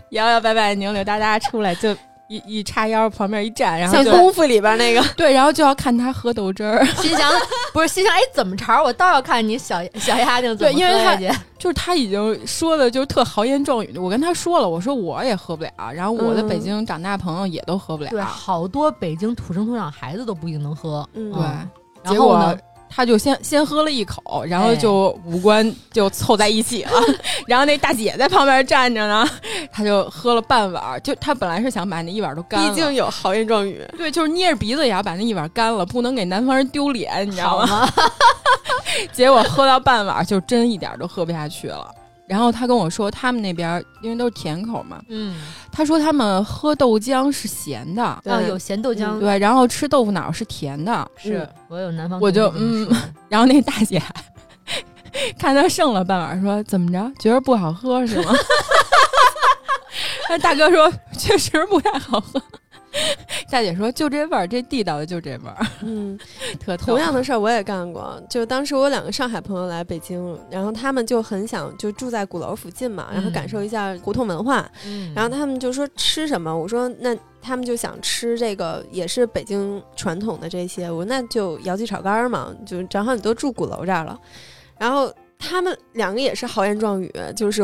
A: 摇摇摆摆、扭扭哒哒出来，就一一叉腰旁边一站，然后
B: 像
A: 就
B: 功夫里边那个，
A: 对，然后就要看他喝豆汁儿。 (laughs)
C: (laughs) 心想不是心想，哎，怎么茬儿？我倒要看你小 (laughs) 小丫头怎
A: 对
C: 么
A: 因为
C: 喝
A: 他
C: 下去。
A: 就是他已经说的，就是特豪言壮语。我跟他说了，我说我也喝不了，然后我的
B: 嗯
A: 北京长大朋友也都喝不了。
C: 对，好多北京土生土长孩子都不一定能喝。
B: 嗯
A: 对
C: 嗯
A: 结
C: 然后
A: 果
C: 呢，
A: 他就先先喝了一口，然后
C: 哎
A: 就五官就凑在一起了。 (laughs) 然后那大姐在旁边站着呢，他就喝了半碗儿，就他本来是想把那一碗都干了，
B: 毕竟有豪言壮语。
A: 对，就是捏着鼻子也要把那一碗干了，不能给南方人丢脸，你知道 (laughs)
C: 好
A: 吗？
C: 吗？
A: 结果喝到半碗儿就真一点儿都喝不下去了。然后他跟我说，他们那边儿因为都是甜口嘛，
C: 嗯，
A: 他说他们喝豆浆是咸的，
C: 啊，有咸豆
B: 嗯
C: 浆
A: 对，然后吃豆腐脑是甜的，
C: 是我有南方同学跟
A: 我
C: 我
A: 就
C: 说，
A: 然后那大姐看他剩了半碗，说怎么着，觉得不好 (laughs) 喝是吗？那大哥说确实不太好喝，大姐说就这味儿，这地道的就这味儿，
B: 嗯，
A: 特
B: 同
A: 同
B: 样的事儿我也干过，就当时我有两个上海朋友来北京，然后他们就很想就住在鼓楼附近嘛，然后
C: 嗯
B: 感受一下胡同文化，
C: 嗯
B: 然后他们就说吃什么，我说那他们就想吃这个也是北京传统的这些，我说那就姚记炒肝儿嘛，就正好你都住鼓楼这儿了，然后他们两个也是豪言壮语，就是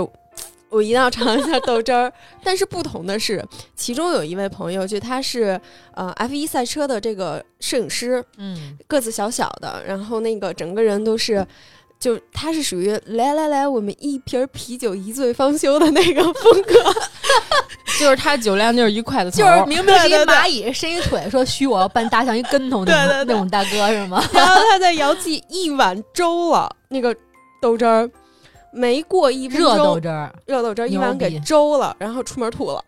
B: 我一定要尝一下豆汁儿。但是不同的是，其中有一位朋友，就他是呃 F 一赛车的这个摄影师，
C: 嗯
B: 个子小小的，然后那个整个人都是。就他是属于来来来，我们一瓶啤酒一醉方休的那个风格，
A: 就是它酒量就是一筷子头
C: 就
A: 儿，
C: 是明明是一
B: 对对对
C: 蚂蚁伸一腿说虚我要搬大象一跟头那 (laughs) 种
B: 对对对
C: 那种大哥是 (laughs) 吗？
B: 然后他在姚记一碗粥了，那个豆汁儿没过一分
C: 热
B: 钟
C: 豆汁 (laughs) 儿，
B: 热豆汁儿一碗
C: 牛逼
B: 给粥了，然后出门吐了。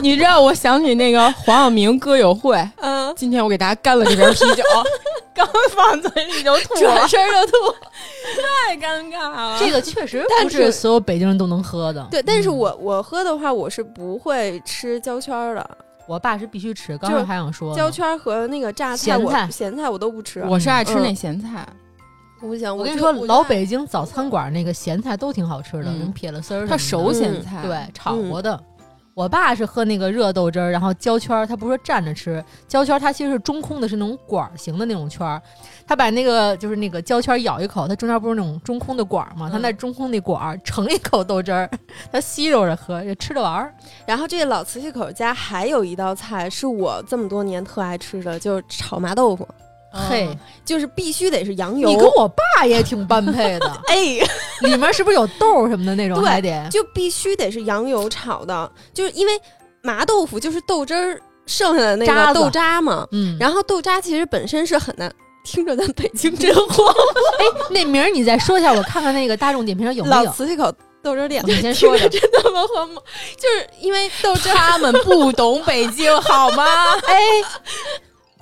A: 你让我想起那个黄晓明歌友会，
B: (laughs) 嗯，
A: 今天我给大家干了这瓶啤酒，刚放嘴里就吐
B: 转
A: 了，
B: 身就吐。
A: (laughs)
C: (laughs) 嗯
A: 太尴尬了
C: 这个确实
B: 但
C: 不
B: 是
C: 是所有北京人都能喝的。
B: 对，但是
C: 嗯
B: 我我喝的话，我是不会吃焦圈儿的，
C: 我爸是必须吃，刚
B: 就
C: 才还想说呢
B: 焦圈儿和那个榨菜，
C: 咸
B: 我
C: 菜
B: 咸菜我都不吃，
A: 我是爱吃那咸菜，
B: 我不行。
C: 我跟你
B: 就
C: 说，
B: 就
C: 老北京早餐馆那个咸菜都挺好吃的，
A: 嗯
C: 什么撇了丝儿什么的，
A: 它熟咸菜，
C: 对，炒
B: 嗯
C: 过的。我爸是喝那个热豆汁儿，然后焦圈儿，他不是说蘸着吃，焦圈儿它其实是中空的，是那种管儿形的那种圈儿。他把那个就是那个焦圈儿咬一口，它中间不是那种中空的管儿吗？他
A: 嗯
C: 那中空那管儿盛一口豆汁儿，他吸溜着喝，也吃着玩儿。
B: 然后这老瓷器口家还有一道菜是我这么多年特爱吃的，就是炒麻豆腐，
A: 嗯
C: 嘿，
B: 就是必须得是羊油。，
C: 你跟我爸也挺般配的
B: (laughs) 哎，
C: 里面是不是有豆儿什么的那种？
B: 对
C: 还得
B: 就必须得是羊油炒的，就是因为麻豆腐就是豆汁儿剩下的那
C: 渣
B: 个
C: 子
B: 豆渣嘛。
C: 嗯，
B: 然后豆渣其实本身是很难，听着咱北京
C: (laughs)
B: 真荒。
C: 哎那名儿你再说一下，我看看那个大众点评上有没
B: 老
C: 有。
B: 瓷器口豆汁儿店，
C: 你先
B: 听
C: 说
B: 着
C: 着，
B: 真他妈荒漠，就是因为豆汁儿。
A: 他们不懂北京好吗？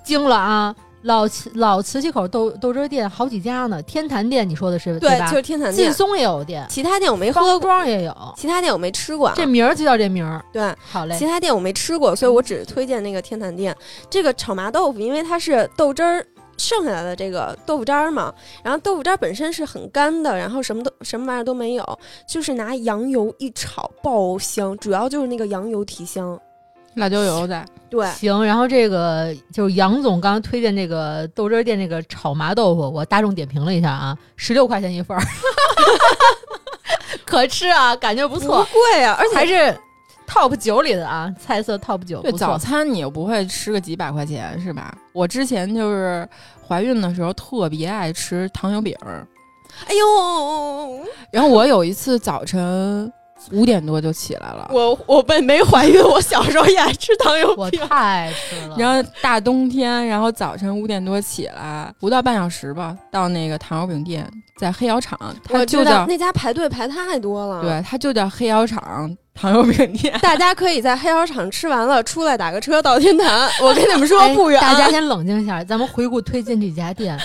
C: 惊了啊！老瓷老瓷器口豆豆汁儿店好几家呢，天坛店你说的是
B: 对，
C: 吧
B: 就？是天坛
C: 劲
B: 店，
C: 松也有店，
B: 其他店我没喝
C: 方
B: 过，
C: 庄也有。
B: 其他店我没吃过啊。
C: 这名儿就叫这名儿，
B: 对，
C: 好嘞
B: 其。他店我没吃过，所以我只推荐那个天坛店。这个炒麻豆腐，因为它是豆汁儿剩下来的这个豆腐渣儿嘛，然后豆腐渣儿本身是很干的，然后什么都什么玩意儿都没有，就是拿羊油一炒爆香，主要就是那个羊油提香。
A: 辣椒油在，
B: 对，
C: 行，然后这个就是杨总刚刚推荐这个豆汁儿店这个炒麻豆腐，我大众点评了一下啊，十六块钱一份儿， (laughs) 可吃啊，感觉不
B: 不
C: 错，
B: 贵啊，而且
C: 还是 top 九里的啊，菜色 top
B: 呃
C: 九，
A: 对
C: 不
A: 早
C: 错。
A: 餐你又不会吃个几百块钱是吧？我之前就是怀孕的时候特别爱吃糖油饼儿，
B: 哎呦，我
A: 然后我有一次早晨五点多就起来了，
B: 我本没怀孕，我小时候也爱 (laughs) 吃糖油
C: 我
B: 饼。
C: 太爱吃了，
A: 然后大冬天，然后早晨五点多起来，不到半小时吧，到那个糖油饼店，在黑窑厂，它
B: 我
A: 就
B: 知道
A: 叫
B: 那家排队排太多了。。
A: 对，它就叫黑窑厂糖油饼店。 (laughs)
B: 大家可以在黑窑厂吃完了出来打个车到天坛，我跟你们说
C: 哎
B: 不远。
C: 大家先冷静一下，咱们回顾推荐这几
B: (laughs)
C: 家店：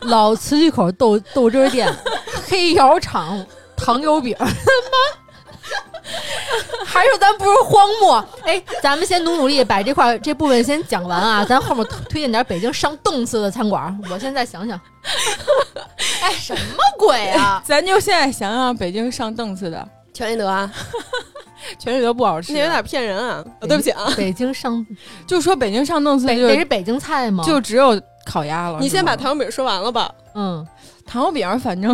C: 老瓷器口豆豆汁儿店、黑窑厂糖油饼。他妈，还说咱不是荒漠。哎，咱们先努努力把这块这部分先讲完啊，咱后面推推荐点北京上档次的餐馆儿。我现在想想，哎，什么鬼啊？
A: 咱就现在想想北京上档次的，
B: 全聚德啊，
A: 全聚德不好吃
B: 那，有点骗人啊！ (laughs) 哦对不起啊，
C: 北京上
A: 就说北京上档次
C: 北得
A: 就是
C: 北京菜吗？
A: 就只有烤鸭了。
B: 你
A: 是
B: 先
A: 吗
B: 把糖油饼说完了吧。
C: 嗯，
A: 糖油饼儿，反
B: (laughs)
A: 正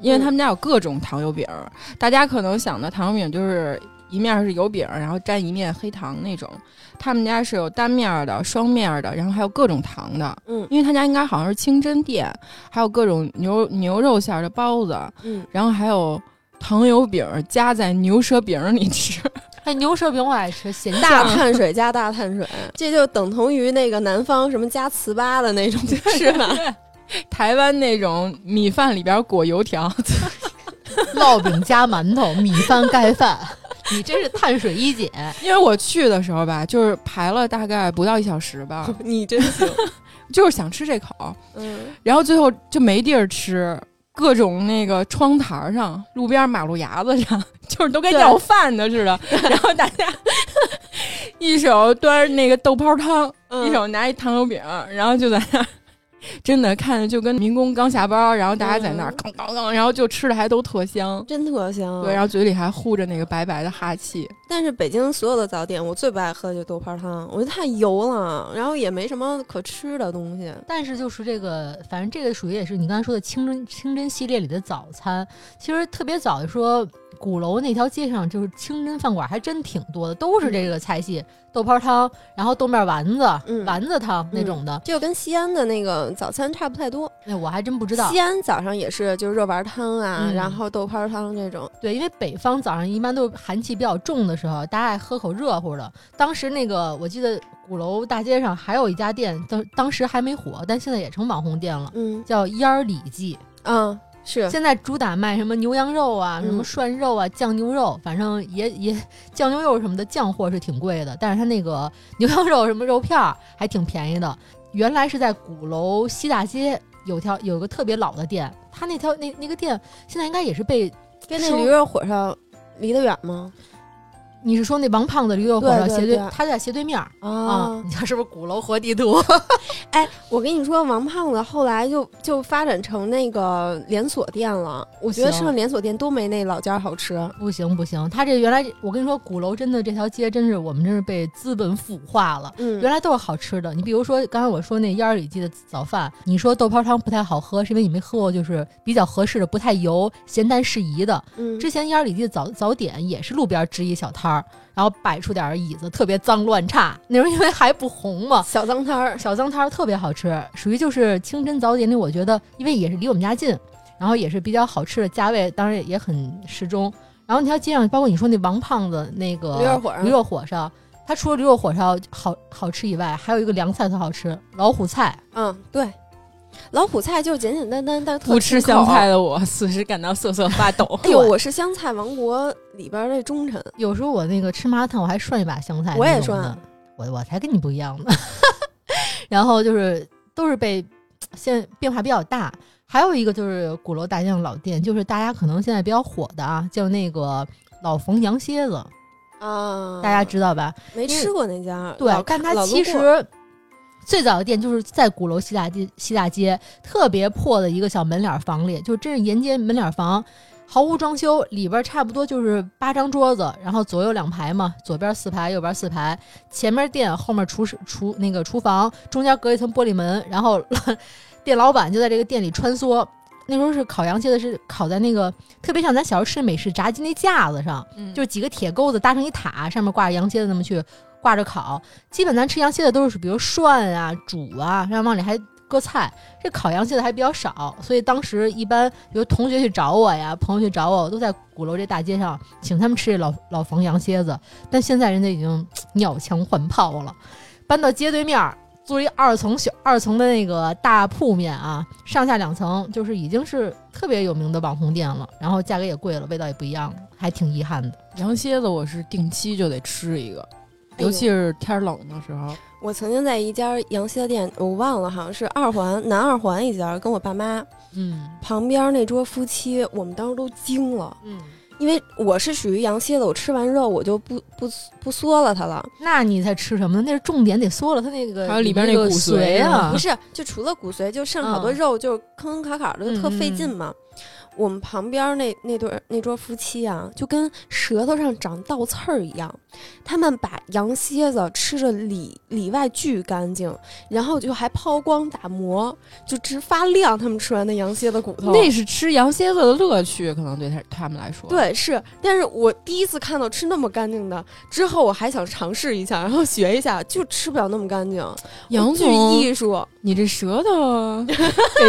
A: 因
B: 嗯
A: 为他们家有各种糖油饼儿，大家可能想的糖油饼就是一面儿是油饼儿，然后蘸一面黑糖那种。他们家是有单面儿的、双面儿的，然后还有各种糖的。
B: 嗯
A: 因为他家应该好像是清真店，还有各种牛牛肉馅儿的包子，
B: 嗯，
A: 然后还有糖油饼儿夹在牛舌饼儿里吃。 (laughs)
C: 哎，牛舌饼我爱吃，咸
B: (laughs) 大
C: 酱
B: 碳水加大碳水， (laughs) 这就等同于那个南方什么加糍粑的那种，是吧？
A: 台湾那种米饭里边儿裹油条， (laughs)
C: (laughs) 烙饼加馒头，米饭盖饭，你真是碳水一姐。
A: 因为我去的时候吧，就是排了大概不到一小时吧，
B: (laughs) (laughs) 你真行，
A: 就是想吃这口，
B: (laughs) 嗯，
A: 然后最后就没地儿吃，各种那个窗台儿上、路 (laughs) 边儿马路牙子上，就是都跟
B: 对
A: 要饭的似的。然后大家 (laughs) 一手端着那个豆泡汤，
B: 嗯
A: 一手拿一糖油饼，然后就在那儿，真的看着就跟民工刚下班儿，然后大家在那儿咣
B: 嗯
A: 咣咣，然后就吃的还都特香，
B: 真特香。啊
A: 对，然后嘴里还护着那个白白的哈气，
B: 但是北京所有的早点，我最不爱喝的就是豆泡汤，我觉得太油了，然后也没什么可吃的东西。
C: 但是就是这个，反正这个属于也是你刚才说的清真清真系列里的早餐。其实特别早的说，鼓楼那条街上就是清真饭馆还真挺多的，都是这个菜系：豆泡汤，然后豆面丸子、
B: 嗯
C: 丸子汤那种的。
B: 这就跟西安的那个早餐差不太多。
C: 那、我还真不知道
B: 西。安早上也是，就是热丸汤啊，
C: 嗯
B: 然后豆泡汤这种。
C: 对，因为北方早上一般都是寒气比较重的时候，大家爱喝口热乎的。当时那个我记得鼓楼大街上还有一家店，当当时还没火，但现在也成网红店了，
B: 嗯
C: 叫烟儿里记。
B: 嗯，是
C: 现在主打卖什么牛羊肉啊，
B: 嗯
C: 什么涮肉啊，酱牛肉，反正也也酱牛肉什么的酱货是挺贵的，但是它那个 (laughs) 牛羊肉什么肉片儿还挺便宜的。原来是在鼓楼西大街有条有个特别老的店，它那条那那个店现在应该也是被
B: 跟那
C: 收
B: 驴肉火烧离得远吗？
C: 你是说那王胖子驴肉火烧
B: 对对
C: 斜对
B: 对，
C: 它就在斜对面儿啊
B: 啊，，
C: 你看是不是鼓楼活地图？ (laughs)
B: 我跟你说，王胖子后来就就发展成那个连锁店了。我觉得
C: 行
B: 剩连锁店都没那老家好吃。
C: 不行不行，它这原来我跟你说，鼓楼真的这条街真是我们真是被资本腐化了。
B: 嗯，
C: 原来都是好吃的。你比如说，刚才我说那烟儿里记的早饭，你说豆泡汤不太好喝，是因为你没喝过就是比较合适的、不太油、咸淡适宜的。
B: 嗯
C: 之前烟儿里记的早早点也是路边支一小摊儿，然后摆出点儿椅子，特别脏乱差。那时候因为还不红嘛，
B: 小脏摊儿，
C: 小脏摊儿特别好吃，属于就是清真早点里，我觉得因为也是离我们家近，然后也是比较好吃的，价位当然也很适中。然后那条街上，包括你说那王胖子那个
B: 驴肉火烧
C: 驴肉火烧，它除了驴肉火烧好好吃以外，还有一个凉菜特好吃，老虎菜。
B: 嗯，对，老虎菜就是简简单单，但是特
A: 不吃
B: 清口
A: 香菜。的我此时感到瑟瑟发抖。
B: 哎呦，我是香菜王国里边儿的忠臣，
C: 有时候我那个吃麻辣烫，我还涮一把香菜，
B: 我也
C: 涮
B: 涮，
C: 我我才跟你不一样呢。 (laughs) 然后就是都是被现在变化比较大，还有一个就是鼓楼大街上老店，就是大家可能现在比较火的啊，叫那个老冯羊蝎子，
B: 啊，
C: 大家知道吧？
B: 没
C: 因为
B: 吃过那家，
C: 对
B: 老，
C: 但它
B: 老路
C: 其
B: 过
C: 实最早的店就是在鼓楼西大街西大街特别破的一个小门脸房里，就真是沿街门脸房，毫无装修，里边差不多就是八张桌子，然后左右两排嘛，左边四排，右边四排，前面店，后面厨师厨那个厨房，中间隔一层玻璃门，然后 (laughs) 店老板就在这个店里穿梭。那时候是烤羊蝎子，是烤在那个特别像咱小时候吃美式炸鸡那架子上，
A: 嗯
C: 就是几个铁钩子搭成一塔，上面挂着羊蝎子那么去挂着烤。基本咱吃羊蝎子都是比如涮啊、煮啊，然后往里还搁菜。这烤羊蝎子还比较少，所以当时一般比如同学去找我呀、朋友去找我，都在鼓楼这大街上请他们吃这老老冯羊蝎子。但现在人家已经鸟枪换炮了，搬到街对面儿。租了一二层小二层的那个大铺面啊，上下两层，就是已经是特别有名的网红店了，然后价格也贵了，味道也不一样了，还挺遗憾的。
A: (laughs) 羊蝎子我是定期就得吃一个，
B: 呦
A: 尤其是天儿冷的时候。
B: 我曾经在一家羊蝎店，我忘了，好像是二环南二环一家，跟我爸妈
C: 嗯
B: 旁边那桌夫妻，我们当时都惊了，
C: 嗯，
B: 因为我是属于羊蝎子，我吃完肉我就不不不嗦了它了，
C: 那你在吃什么呢？那是重点得缩了它那个，
A: 还有里边那
C: 个
A: 骨
C: 髓
A: 髓
C: 啊
B: 不，是，就除了骨髓，就剩好多
C: 嗯
B: 肉，就是坑坑卡卡的，就特费劲
C: 嗯
B: 嘛。我们旁边那那对那桌夫妻啊，就跟舌头上长倒刺儿一样，他们把羊蝎子吃的里里外巨干净，然后就还抛光打磨，就直发亮。他们吃完那羊蝎子骨头，
A: 那是吃羊蝎子的乐趣，可能对他他们来说。，
B: 对是，但是我第一次看到吃那么干净的，之后我还想尝试一下，然后学一下，就吃不了那么干净，
A: 杨
B: 具
A: 总，
B: 艺术，
A: 你这舌 (laughs) 头
C: 啊
A: 给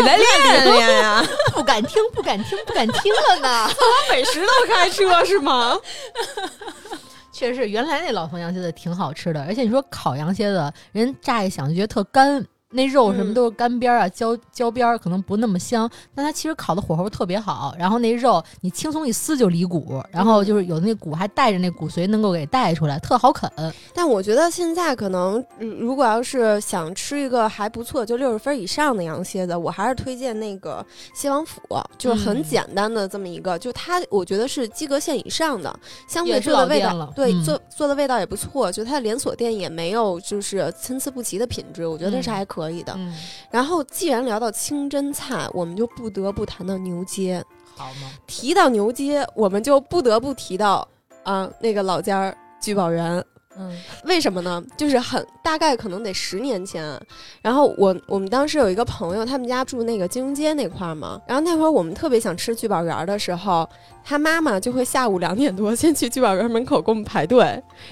A: 咱练练哎呀。 (laughs)
C: 不敢听，不敢听，不敢听了 (laughs) 呢。
B: 美食都开车
A: (laughs)
B: 是吗？
C: 确实，原来那老冯羊蝎子挺好吃的，而且你说烤羊蝎子，人乍一想就觉得特干，那肉什么
D: 嗯
C: 都是干边儿啊、焦焦边儿，可能不那么香。但它其实烤的火候特别好，然后那肉你轻松一撕就离骨，然后就是有的那骨还带着那骨髓能够给带出来，特好啃。
B: (laughs) 但我觉得现在可能，嗯如果要是想吃一个还不错，就六十分以上的羊蝎子，我还是推荐那个蟹王府，就是很
C: 嗯
B: 简单的这么一个，就它我觉得是及格线以上的，相对
C: 也是
B: 做的
C: 老
B: 味
C: 店
B: 道
C: 了，
B: 对
C: 嗯
B: 做做的味道也不错，就它的连锁店也没有就是参差不齐的品质，我觉得是
C: 嗯
B: 还可以的。
C: 嗯，
B: 然后既然聊到清真菜，我们就不得不谈到牛街，
C: 好吗？
B: 提到牛街，我们就不得不提到啊、那个老家儿聚宝园。 (laughs)
A: 嗯，
B: 为什么呢？就是很大概可能得十年前啊，然后我我们当时有一个朋友，他们家住那个金融街那块儿嘛，然后那会儿我们特别想吃聚宝园儿的时候，他妈妈就会下午两点多先去聚宝园门口给我们排队，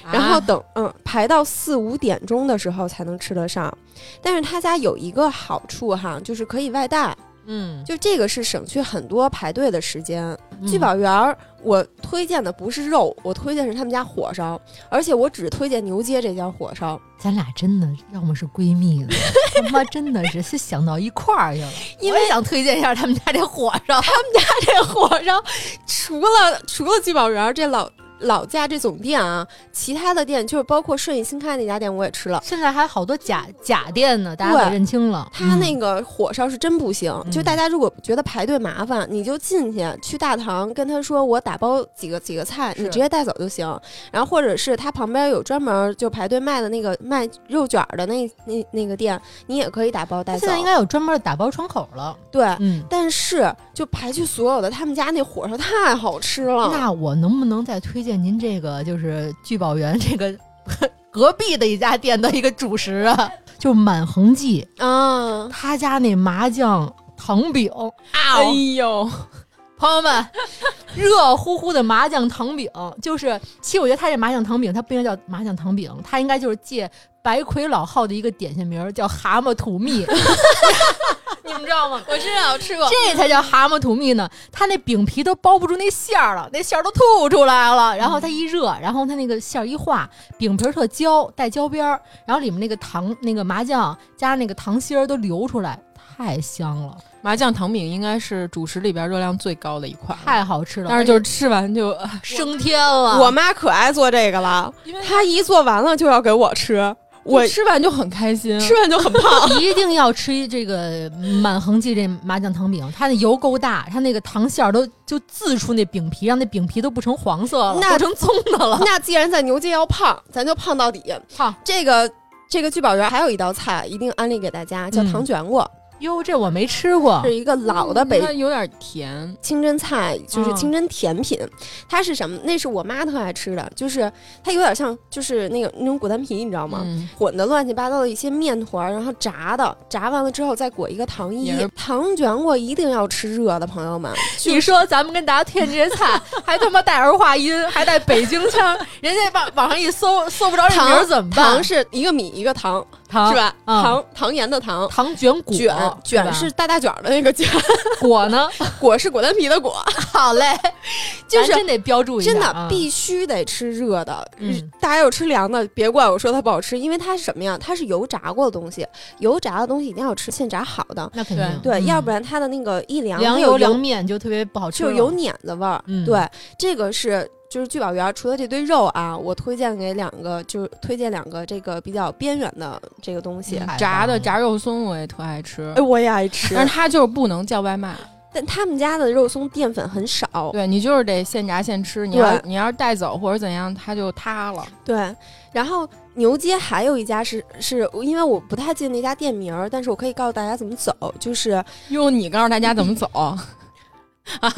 C: 啊
B: 然后等、嗯排到四五点钟的时候才能吃得上。但是他家有一个好处哈，就是可以外带，
C: 嗯，
B: 就这个是省去很多排队的时间。
C: 嗯
B: 聚宝园儿，我推荐的不是肉，我推荐是他们家火烧，而且我只推荐牛街这家火烧， (laughs)
C: 咱俩真的要么是闺蜜了， (laughs) 他妈真的是是想到一块儿去了。
B: 因
C: 我也
B: 为
C: 想推荐一下他们家这啊火烧，
B: 它这火烧除了除了聚宝园儿这老老家这总店啊，其他的店就是包括顺义新开那家店我也吃了。
C: (laughs) 现在还好多假假店呢，大家
B: 对
C: 给认清了。
B: 它那
C: 嗯
B: 个火烧是真不行，
C: 嗯
B: 就大家如果觉得排队麻烦，你就进去去大堂跟他说我打包几个几个菜，
C: 是
B: 你直接带走就行。然后或者是他旁边有专门就排队卖的那个卖肉卷儿的那那那个店，你也可以打包带
C: 它
B: 走。
C: 嗯现在应该有专门的打包窗口了。
B: 对，
C: 嗯，
B: 但是就排去所有的，他们家那火烧太好吃了。
C: 嗯那我能不能再推荐您这个就是聚宝园这个 (laughs) 隔壁的一家店的一个主食 (laughs) 啊？就满恒记
B: 啊，
C: 他家那麻酱糖饼，
A: 哎呦，
C: 朋友们，热乎乎的麻酱糖饼，就是其实我觉得它这麻酱糖饼，它不应该叫麻酱糖饼，它应该就是借白魁老号的一个点心名儿叫蛤蟆吐蜜，你们知道吗？
D: 我真的有吃过，
C: 这才叫蛤蟆吐蜜呢！它那饼皮都包不住那馅儿了，那馅儿都吐出来了。然后它一热，然后它那个馅儿一化，饼皮儿特焦，带焦边儿，然后里面那个糖、那个麻酱加上那个糖心儿都流出来，太香了，
A: 麻酱糖饼应该是主食里边热量最高的一款了，
C: 太好吃了，
A: 但是就是吃完就
C: 升天了。
B: 我妈可爱做这个了，她一做完了就要给我吃，我
A: 吃 (laughs) 完就很开心，
B: 吃完就很胖。
C: (laughs) 一定要吃这个满恒记这麻酱糖饼，它那油够大，它那个糖馅儿都就自出那饼皮，让那饼皮都不成黄色了，
B: 那
C: 都成棕的了。
B: (laughs) 那既然在牛街要胖，咱就胖到底。
C: 好
B: 这个这个聚宝园还有一道菜一定安利给大家，叫
C: 嗯
B: 糖卷果，
C: 哟，这我没吃过
B: 是一个老的北
A: 嗯
C: 嗯
A: 它有点甜，
B: 清真菜，就是
A: 嗯
B: 清真甜品。它是什么？那是我妈特爱吃的，就是它有点像就是那个那种果丹皮，你知道吗？
A: 嗯，
B: 混的乱七八糟的一些面团儿，然后炸的，炸完了之后再裹一个糖衣
A: 也是。
B: 糖卷果一定要吃热的，朋友们。
C: (laughs) 你说咱们跟大家推荐这些菜，还他妈带儿化
B: (laughs)
C: 音，还带北京腔，人家网网上一搜搜不着这名儿怎么办
B: 糖？是一个米一个糖，
C: 糖
B: 是吧？
C: 嗯
B: 糖糖盐的糖，
C: 糖卷果
B: 卷卷是大大卷儿的那个卷，
C: 果
B: (laughs)
C: 呢？
B: 果是果丹皮的果，
C: (laughs) 好嘞，
B: (laughs) 就是
C: 咱真得标注一下，
B: 真的
C: 啊
B: 必须得吃热的。
C: 嗯
B: 大家有吃凉的，别怪我说它不好吃，因为它是什么呀？它是油炸过的东西，油炸的东西一定要吃现炸好的，
C: 那肯定
B: 对，
C: 嗯
B: 要不然它的那个一凉
C: 凉
B: 它有
C: 油凉面就特别不好吃
B: 就
C: 了，
B: 有
C: (laughs)
B: 碾子味儿。
C: 嗯
B: 对，这个是就是聚宝园儿除了这堆肉啊，我推荐给两个，就是推荐两个这个比较边缘的这个东西。
C: 太
A: 炸的
C: 棒了
A: 炸肉松哎我也特爱吃，
B: 哎我也爱吃
A: 但是它就是不能叫外卖，
B: 但他们家的肉松淀粉很少。
A: 对你就是得现炸现吃，你要你要是带走或者怎样，它就塌了。
B: 对，然后牛街还有一家是是因为我不太记得那家店名儿，但是我可以告诉大家怎么走，就是。
A: 哟，你告诉大家怎 (laughs) 么走啊？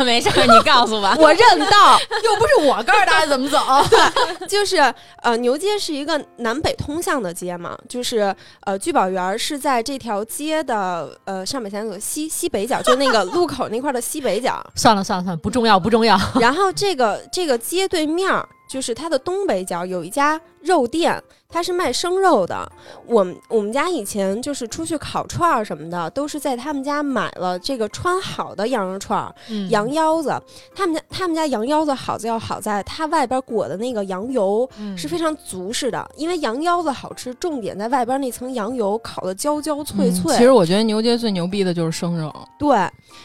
A: 没事儿，你告诉
C: (laughs)
A: 吧
B: 我认道，
C: 又不是我告诉大 (laughs) 家怎么走，
B: (laughs) 就是呃，牛街是一个南北通向的街嘛，就是呃，聚宝园儿是在这条街的呃上北三个西西北角，就那个路口那块儿的西北角。
A: (laughs)
C: 算了算了算了，不重要不重要。
B: 然后这个这个街对面儿就是它的东北角有一家肉店，它是卖生肉的。我们我们家以前就是出去烤串儿什么的，都是在他们家买了这个穿好的羊肉串儿、
C: 嗯
B: 羊腰子。他们家他们家羊腰子好就要好在它外边裹的那个羊油
A: 嗯
B: 是非常足实的，因为羊腰子好吃，重点在外边那层羊油烤的焦焦脆
A: 嗯
B: 脆。
A: 其实我觉得牛街最牛逼的就是生肉，
B: 对，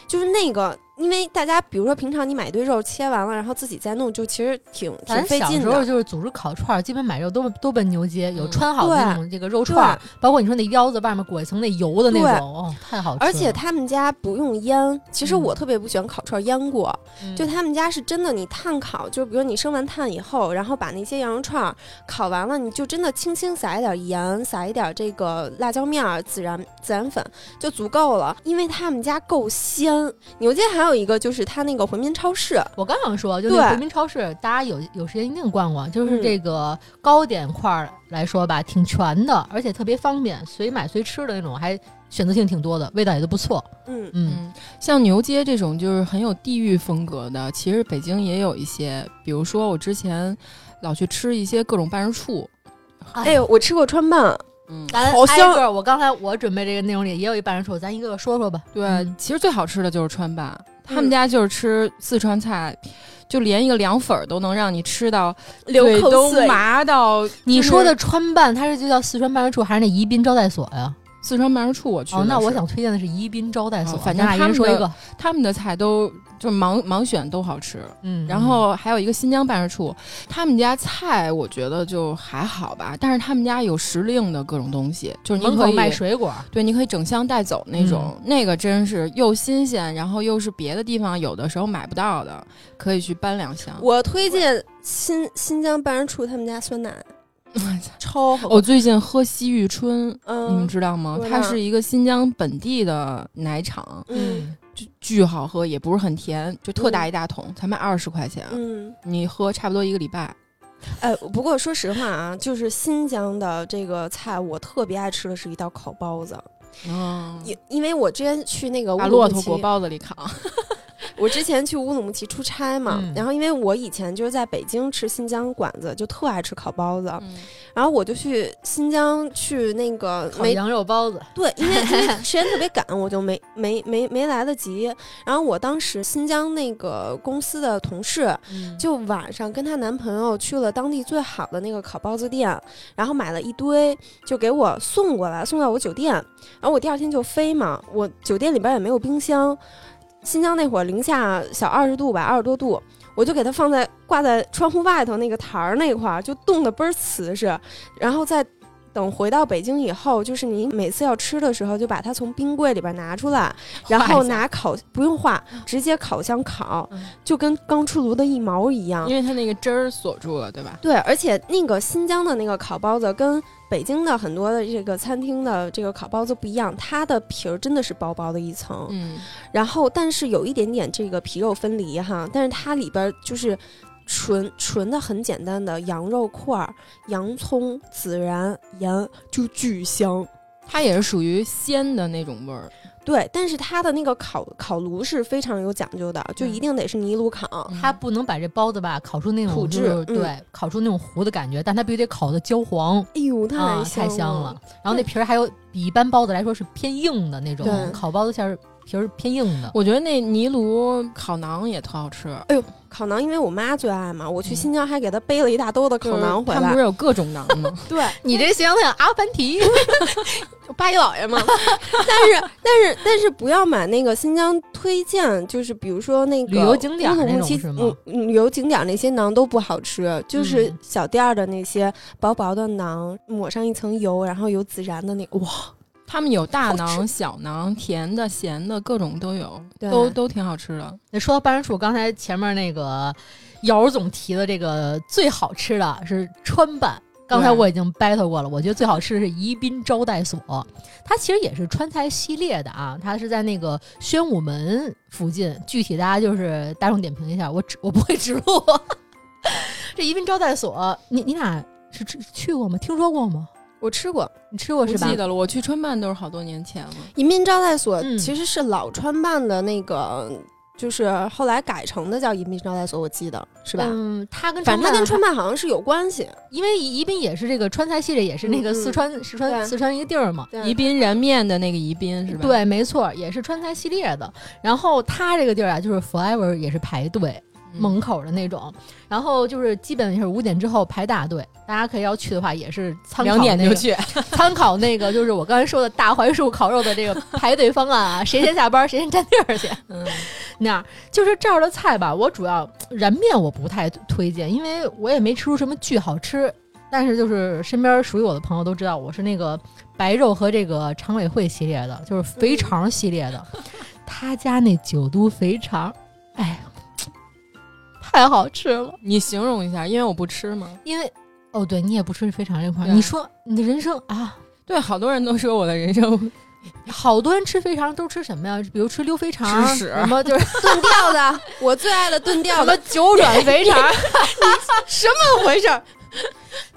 B: 就是那个，因为大家比如说平常你买一堆肉切完了，然后自己再弄，就其实挺挺
C: 咱
B: 费
C: 小
B: 劲
C: 时候
B: 的。
C: 就是组织烤串儿，基本买肉都都奔牛街，有
A: 嗯
C: 穿好的那种这个肉
B: 对
C: 串儿，包括你说那腰子外面裹一层那油的那
B: 对
C: 种，哦，太好吃了。
B: 而且他们家不用腌，其实我特别不喜欢烤串腌过，
C: 嗯
B: 就他们家是真的，你炭烤，就比如你生完炭以后，然后把那些羊肉串儿烤完了，你就真的轻轻撒一点盐，撒一点这个辣椒面儿、孜然孜然粉就足够了，因为他们家够鲜。牛街还有一个就是它那个回民超市，
C: 我刚想说，就
B: 对
C: 那回民超市，大家有有时间一定逛逛。就是
B: 嗯
C: 这个糕点块儿来说吧，挺全的，而且特别方便，随买随吃的那种，还选择性挺多的，味道也都不错。 (laughs)
B: 嗯，
C: 嗯，
A: 嗯，像牛街这种就是很有地域风格的，其实北京也有一些，比如说我之前老去吃一些各种办事处，
B: 哎呦，我吃过川
C: (laughs)
B: 拌，
A: 嗯，
C: 咱
B: 好香
C: 挨个儿我刚才我准备这个内容里也有一半人说，咱一个个说说吧。
A: 对，
C: 嗯
A: 其实最好吃的就是川办，他们
B: 嗯
A: 家就是吃四川菜，就连一个凉粉儿都能让你吃到
B: 流
A: 嘴
B: 口
A: 都
B: 水。
A: 麻到。
C: 你
A: 就是
C: 说的川办，它是就叫四川办事处，还是那宜宾招待所呀？
A: 四川办事处，我去的
C: 哦
A: 是、，
C: 那我想推荐的是宜宾招待所，
A: 哦反正
C: 咱俩一人说一个。
A: 他们的菜都就盲盲选都好吃，
C: 嗯，
A: 然后还有一个新疆办事处，他们家菜我觉得就还好吧，但是他们家有时令的各种东西，就是
C: 嗯门
A: 你可
C: 口
A: 以
C: 卖水果，
A: 对，你可以整箱带走那种，那个真是又新鲜，然后又是别的地方有的时候买不到的，可以去搬两箱。
B: 我推荐新新疆办事处他们家酸奶，超好
A: (laughs)
B: 喝。
A: 我最近喝西域春，哦你们
B: 嗯
A: 知道吗
B: 不？知
A: 它
B: 道
A: 是一个新疆本地的奶厂，
B: 嗯
A: 就巨好喝，也不是很甜，就特大
B: 嗯
A: 一大桶，才卖二十块钱，
B: 嗯，
A: 你喝差不多一个礼拜。
B: 哎，不过说实话啊，就是新疆的这个菜，我特别爱吃的是一道烤包子，
A: 嗯，
B: 因因为我之前去那个乌
A: 把
B: 鲁
A: 骆
B: 木
A: 驼
B: 齐
A: 裹，包子里扛。
B: 我之前去乌鲁木齐出差嘛，
C: 嗯
B: 然后因为我以前就是在北京吃新疆馆子，就特爱吃烤包子，
A: 嗯
B: 然后我就去新疆去那个
C: 烤
B: 没
C: 羊肉包子，
B: 对，因为因为时间特别赶，我就没没没没来得及。然后我当时新疆那个公司的同事，
C: 嗯
B: 就晚上跟她男朋友去了当地最好的那个烤包子店，然后买了一堆，就给我送过来，送到我酒店。然后我第二天就飞嘛，我酒店里边也没有冰箱，新疆那会儿零下小二十度吧，二十多度。我就给它放在挂在窗户外头那个台儿那块儿，就冻得倍儿瓷实。然后再等回到北京以后，就是你每次要吃的时候，就把它从冰柜里边拿出来，然后拿烤不用化，
A: 嗯
B: 直接烤箱烤，
C: 嗯
B: 就跟刚出炉的一毛一样
A: 因。为它那个汁儿锁住了，对吧？
B: 对，而且那个新疆的那个烤包子跟北京的很多的这个餐厅的这个烤包子不一样，它的皮儿真的是薄薄的一层，
A: 嗯，
B: 然后但是有一点点这个皮肉分离哈，但是它里边儿就是纯纯的很简单的羊肉块儿、洋葱、孜然、盐，就巨香。
A: 它也是属于鲜的那种味儿。
B: 对，但是它的那个烤烤炉是非常有讲究的，就
A: 嗯
B: 一定得是泥炉烤。
C: 它不能把这包子吧烤出那种
B: 土
C: 就
B: 质
C: 是
B: 嗯
C: 对，烤出那种糊的感觉，但它必须得烤的焦黄
B: 哎呦，
C: 啊，
B: 香
C: 太
B: 了！
C: 香了。然后那皮儿还有比一般包子来说是偏硬的那种，
B: 对
C: 烤包子馅儿皮儿偏硬的。
A: 我觉得那泥炉烤馕也特好吃，
B: 烤馕，因为我妈最爱嘛，我
A: 嗯
B: 去新疆还给她背了一大兜子烤馕回
A: 他们
B: 来
A: 不。是有各种馕吗？
B: 对，
C: 你这形象阿凡提，
B: 八一老爷嘛。但是，但是，但是不要买那个新疆推荐，就是比如说那个
C: 旅游景点儿
B: 乌鲁
C: 那
B: 木
C: 种
B: 齐
C: 是吗
B: 嗯嗯旅游景点儿那些馕都不好吃，就是
C: 嗯
B: 小店儿的那些薄薄的馕，抹上一层油，然后有孜然的那个，哇，
A: (laughs) 他们有大
B: 好
A: 馕、小馕，甜的、咸的，各种都有，
B: 对
A: 都都挺好吃的。
C: 那说到办事处，刚才前面那个姚儿总提的这个最好吃的是川办。刚才
A: 对
C: 我已经 battle 过了，我觉得最好吃的是宜宾招待所，它其实也是川菜系列的啊，它是在那个宣武门附近，具体大家就是大众点评一下，我指我不会指路。 (laughs) 这宜宾招待所，你你俩是吃去过吗？听说过吗？
B: 我吃过。
C: 你吃过
A: 不
C: 是吧
A: 记？得了，我去川办都是好多年前了。
B: 移民招待所
C: 嗯
B: 其实是老川办的那个就是后来改成的叫宜宾招待所，我记得是吧？
C: 嗯，它跟
B: 反正它跟川
C: 川
B: 菜好像是有关系，
C: 因为宜宾也是这个川菜系列，也是那
B: 嗯
C: 个
B: 嗯
C: 四川、四川、
B: 对
C: 四川一个地儿嘛。
B: 嗯
A: 宜宾燃面的那个宜宾是吧？，
C: 对，没错，也是川菜系列的。然后它这个地儿啊，就是 forever 也是排队
A: 嗯
C: 门口的那种，然后就是基本是五点之后排大队。大家可以要去的话，也是参考
A: 两点
C: 那
A: 就
C: 个
A: 去，
C: 参考那个就是我刚才说的大槐树烤肉的这个排队方案啊，谁先下班谁先占地儿去。
A: 嗯，
C: 那样就是这儿的菜吧，我主要燃面我不太推荐，因为我也没吃出什么巨好吃。但是就是身边属于我的朋友都知道，我是那个白肉和这个常委会系列的，就是肥肠系列的。他家那九都肥肠，哎，太好吃了。
A: 你形容一下，因为我不吃嘛。
C: 因为哦，对你也不吃肥肠这块儿，
A: 对
C: 你说你的人生啊，
A: 对，好多人都说我的人生
C: 好多人吃肥肠都吃什么呀？比如吃溜肥肠，
A: 吃屎
C: 什么就是
B: 炖吊子，我最爱的 (laughs) 炖吊
C: 什
B: 子
C: 么，九转肥肠，
B: 怎么回事？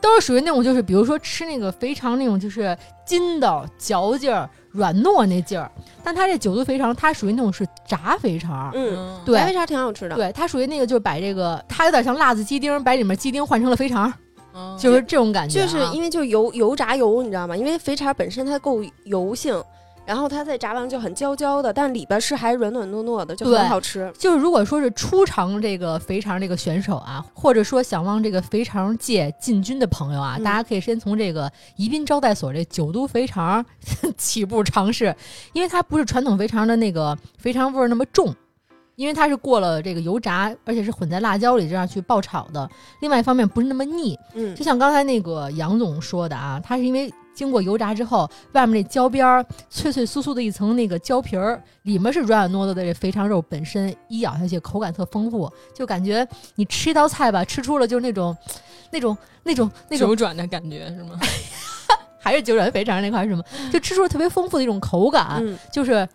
C: 都是属于那种，就是比如说吃那个肥肠那种，就是筋道、嚼劲儿、软糯那劲儿。但它这九都肥肠，它属于那种是炸肥肠，
B: (laughs) 嗯，
C: 对
B: 白肥肠挺好吃的，
C: 对，它属于那个就是把这个，它有点像辣子鸡丁，把里面鸡丁换成了肥肠，
A: 嗯
C: 就是这种感觉、
B: 就
C: 啊。
B: 是因为就油油炸油，你知道吗？因为肥肠本身它够油性，然后它在炸完就很焦焦的，但里边是还软软糯糯的，就
C: 对
B: 很好吃。
C: 就是如果说是初尝这个肥肠这个选手啊，或者说想往这个肥肠界进军的朋友啊，
B: 嗯
C: 大家可以先从这个宜宾招待所这九都肥肠 (laughs) 起步尝试，因为它不是传统肥肠的那个肥肠味儿那么重。因为它是过了这个油炸，而且是混在辣椒里这样去爆炒的。另外一方面不是那么腻，
B: 嗯
C: (laughs) 就像刚才那个杨总说的啊，它是因为经过油炸之后，外面那焦边儿脆脆酥酥的一层那个焦皮儿，里面是软软糯糯的这肥肠肉本身，一咬下去口感特丰富，就感觉你吃一道菜吧，吃出了就是那种那种那种那种
A: 九转的感觉是吗？
C: 还是九转肥肠那块儿是吗？
A: 嗯
C: 就吃出了特别丰富的一种口感，
B: 嗯，
C: 就是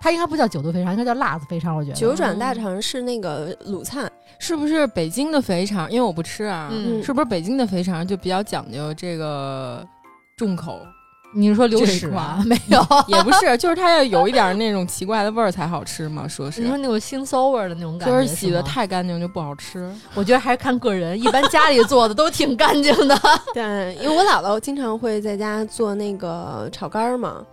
C: 它应该不叫九度肥肠，应该叫辣子肥肠，我觉得。
B: 九转大肠是那个鲁菜，
A: (laughs) 是不是北京的肥肠？因为我不吃啊，
C: 嗯
A: 是不是北京的肥肠就比较讲究这个重口？
C: 你是说流
A: 这嗯
C: 水
A: 是
C: 啊？ (laughs) 没有，
A: 也不是，就是它要有一点那种奇怪的味儿才好吃嘛。说
C: 你
A: 是
C: 说，那种腥骚味儿的那种感
A: 说
C: 觉，
A: 是洗的
C: 吗
A: 太干净就不好吃。
C: 我觉得还是看个人，一般家里做的都挺干净的。 (laughs)
B: 对，因为我姥姥经常会在家做那个炒肝儿嘛，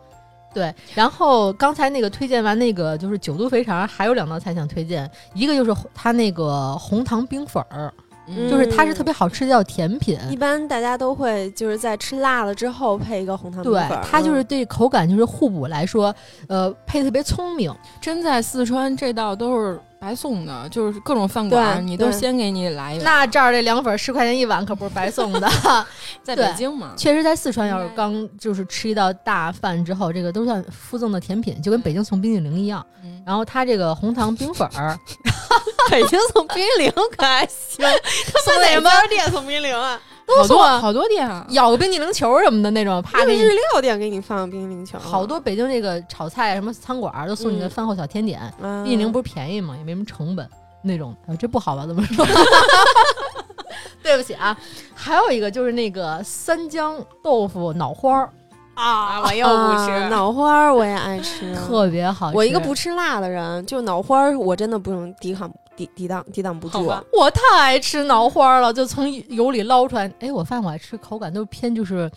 C: 对，然后刚才那个推荐完那个就是九都肥肠，还有两道菜想推荐，一个就是它那个红糖冰粉儿，
A: 嗯
C: 就是它是特别好吃的叫甜品。
B: 一般大家都会就是在吃辣了之后配一个红糖冰
C: 对
B: 粉儿，，嗯
C: 它就是对口感就是互补来说，呃，配得特别聪明。
A: 真在四川这道都是白送的，就是各种饭馆
B: 对
A: 你都
B: 对
A: 先给你来一碗。
C: 那这儿这凉粉十块钱一碗可不是白送
B: (laughs)
C: 的。
A: 在
C: 对
A: 北京嘛，
C: 确实，在四川要是刚就是吃一道大饭之后，这个都算附赠的甜品，就跟北京送冰激凌一样。
A: 嗯
C: 然后它这个红糖冰粉儿，北京送冰激凌可
B: (laughs)
C: 还行，送那什么
D: 店送冰凌啊？
C: 都
A: 好
C: 送
A: 多
C: 啊
A: 好多店啊。
C: 咬个冰激凌球什么的那种，啪
D: 那
C: 给
D: 个日
C: 你。
D: 料店给你放冰激凌球，
C: 好多北京这个炒菜什么餐馆儿都送你个
B: 嗯
C: 饭后小甜点，
D: 啊
C: 冰激凌不是便宜嘛，也没什么成本那种。啊，这不好吧？怎么说？ (laughs) 对不起啊，还有一个就是那个三江豆腐脑花儿，
D: 啊，我又
B: 啊脑花儿我也爱吃，
C: 特别好
B: 嗯
C: 吃。
B: 我一个不吃辣的人，就脑花儿我真的不能抵抗抵抵挡抵挡不
A: 好
B: 住。
A: 吧
C: 我太爱吃脑花了，就从油里捞出来。哎，我发现我爱吃口感都是偏就是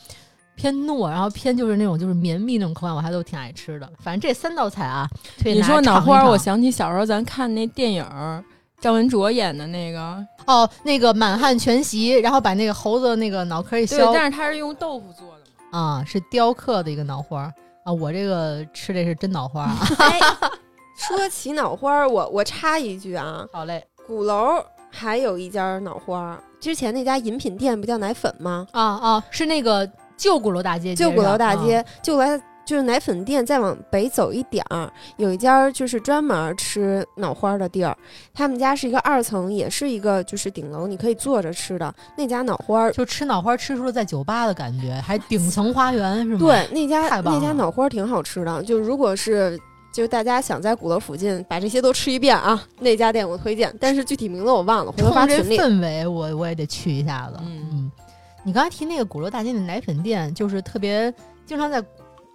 C: 偏糯，然后偏就是那种就是绵密那种口感，我还都挺爱吃的。反正这三道菜啊，推荐
A: 你
C: 大家
A: 说脑
C: 尝一
A: 花儿，
C: 尝
A: 我想起小时候咱看那电影儿，赵文卓演的那个，
C: 哦，那个满汉全席，然后把那个猴子的那个脑壳一
A: 对
C: 削，
A: 但是它是用豆腐做的嘛。
C: 啊、是雕刻的一个脑花。啊，我这个吃的是真脑
B: (laughs)
C: 花啊！
B: 哎，说起脑花儿，我我插一句啊，
C: 好嘞，
B: 鼓楼还有一家脑花儿，之前那家饮品店不叫奶粉吗？
C: 啊啊，是那个旧鼓楼大街街
B: 就
C: 上，
B: 鼓楼大街
C: 啊，
B: 就来就是奶粉店，再往北走一点儿，有一家就是专门吃脑花儿的地儿，他们家是一个二层，也是一个就是顶楼，你可以坐着吃的那家脑花儿。
C: 就吃脑花吃出了在酒吧的感觉，还顶层花园是吗？
B: 对，那家
C: 嗯太棒
B: 那家
C: 了
B: 脑花儿挺好吃的，就如果是。就大家想在鼓楼附近把这些都吃一遍啊，那家店我推荐，但是具体名字我忘了，回头
C: 冲
B: 发
C: 这
B: 群里。
C: 氛围，我我也得去一下子。
A: 嗯
C: 嗯，你刚才提那个鼓楼大街的奶粉店，就是特别经常在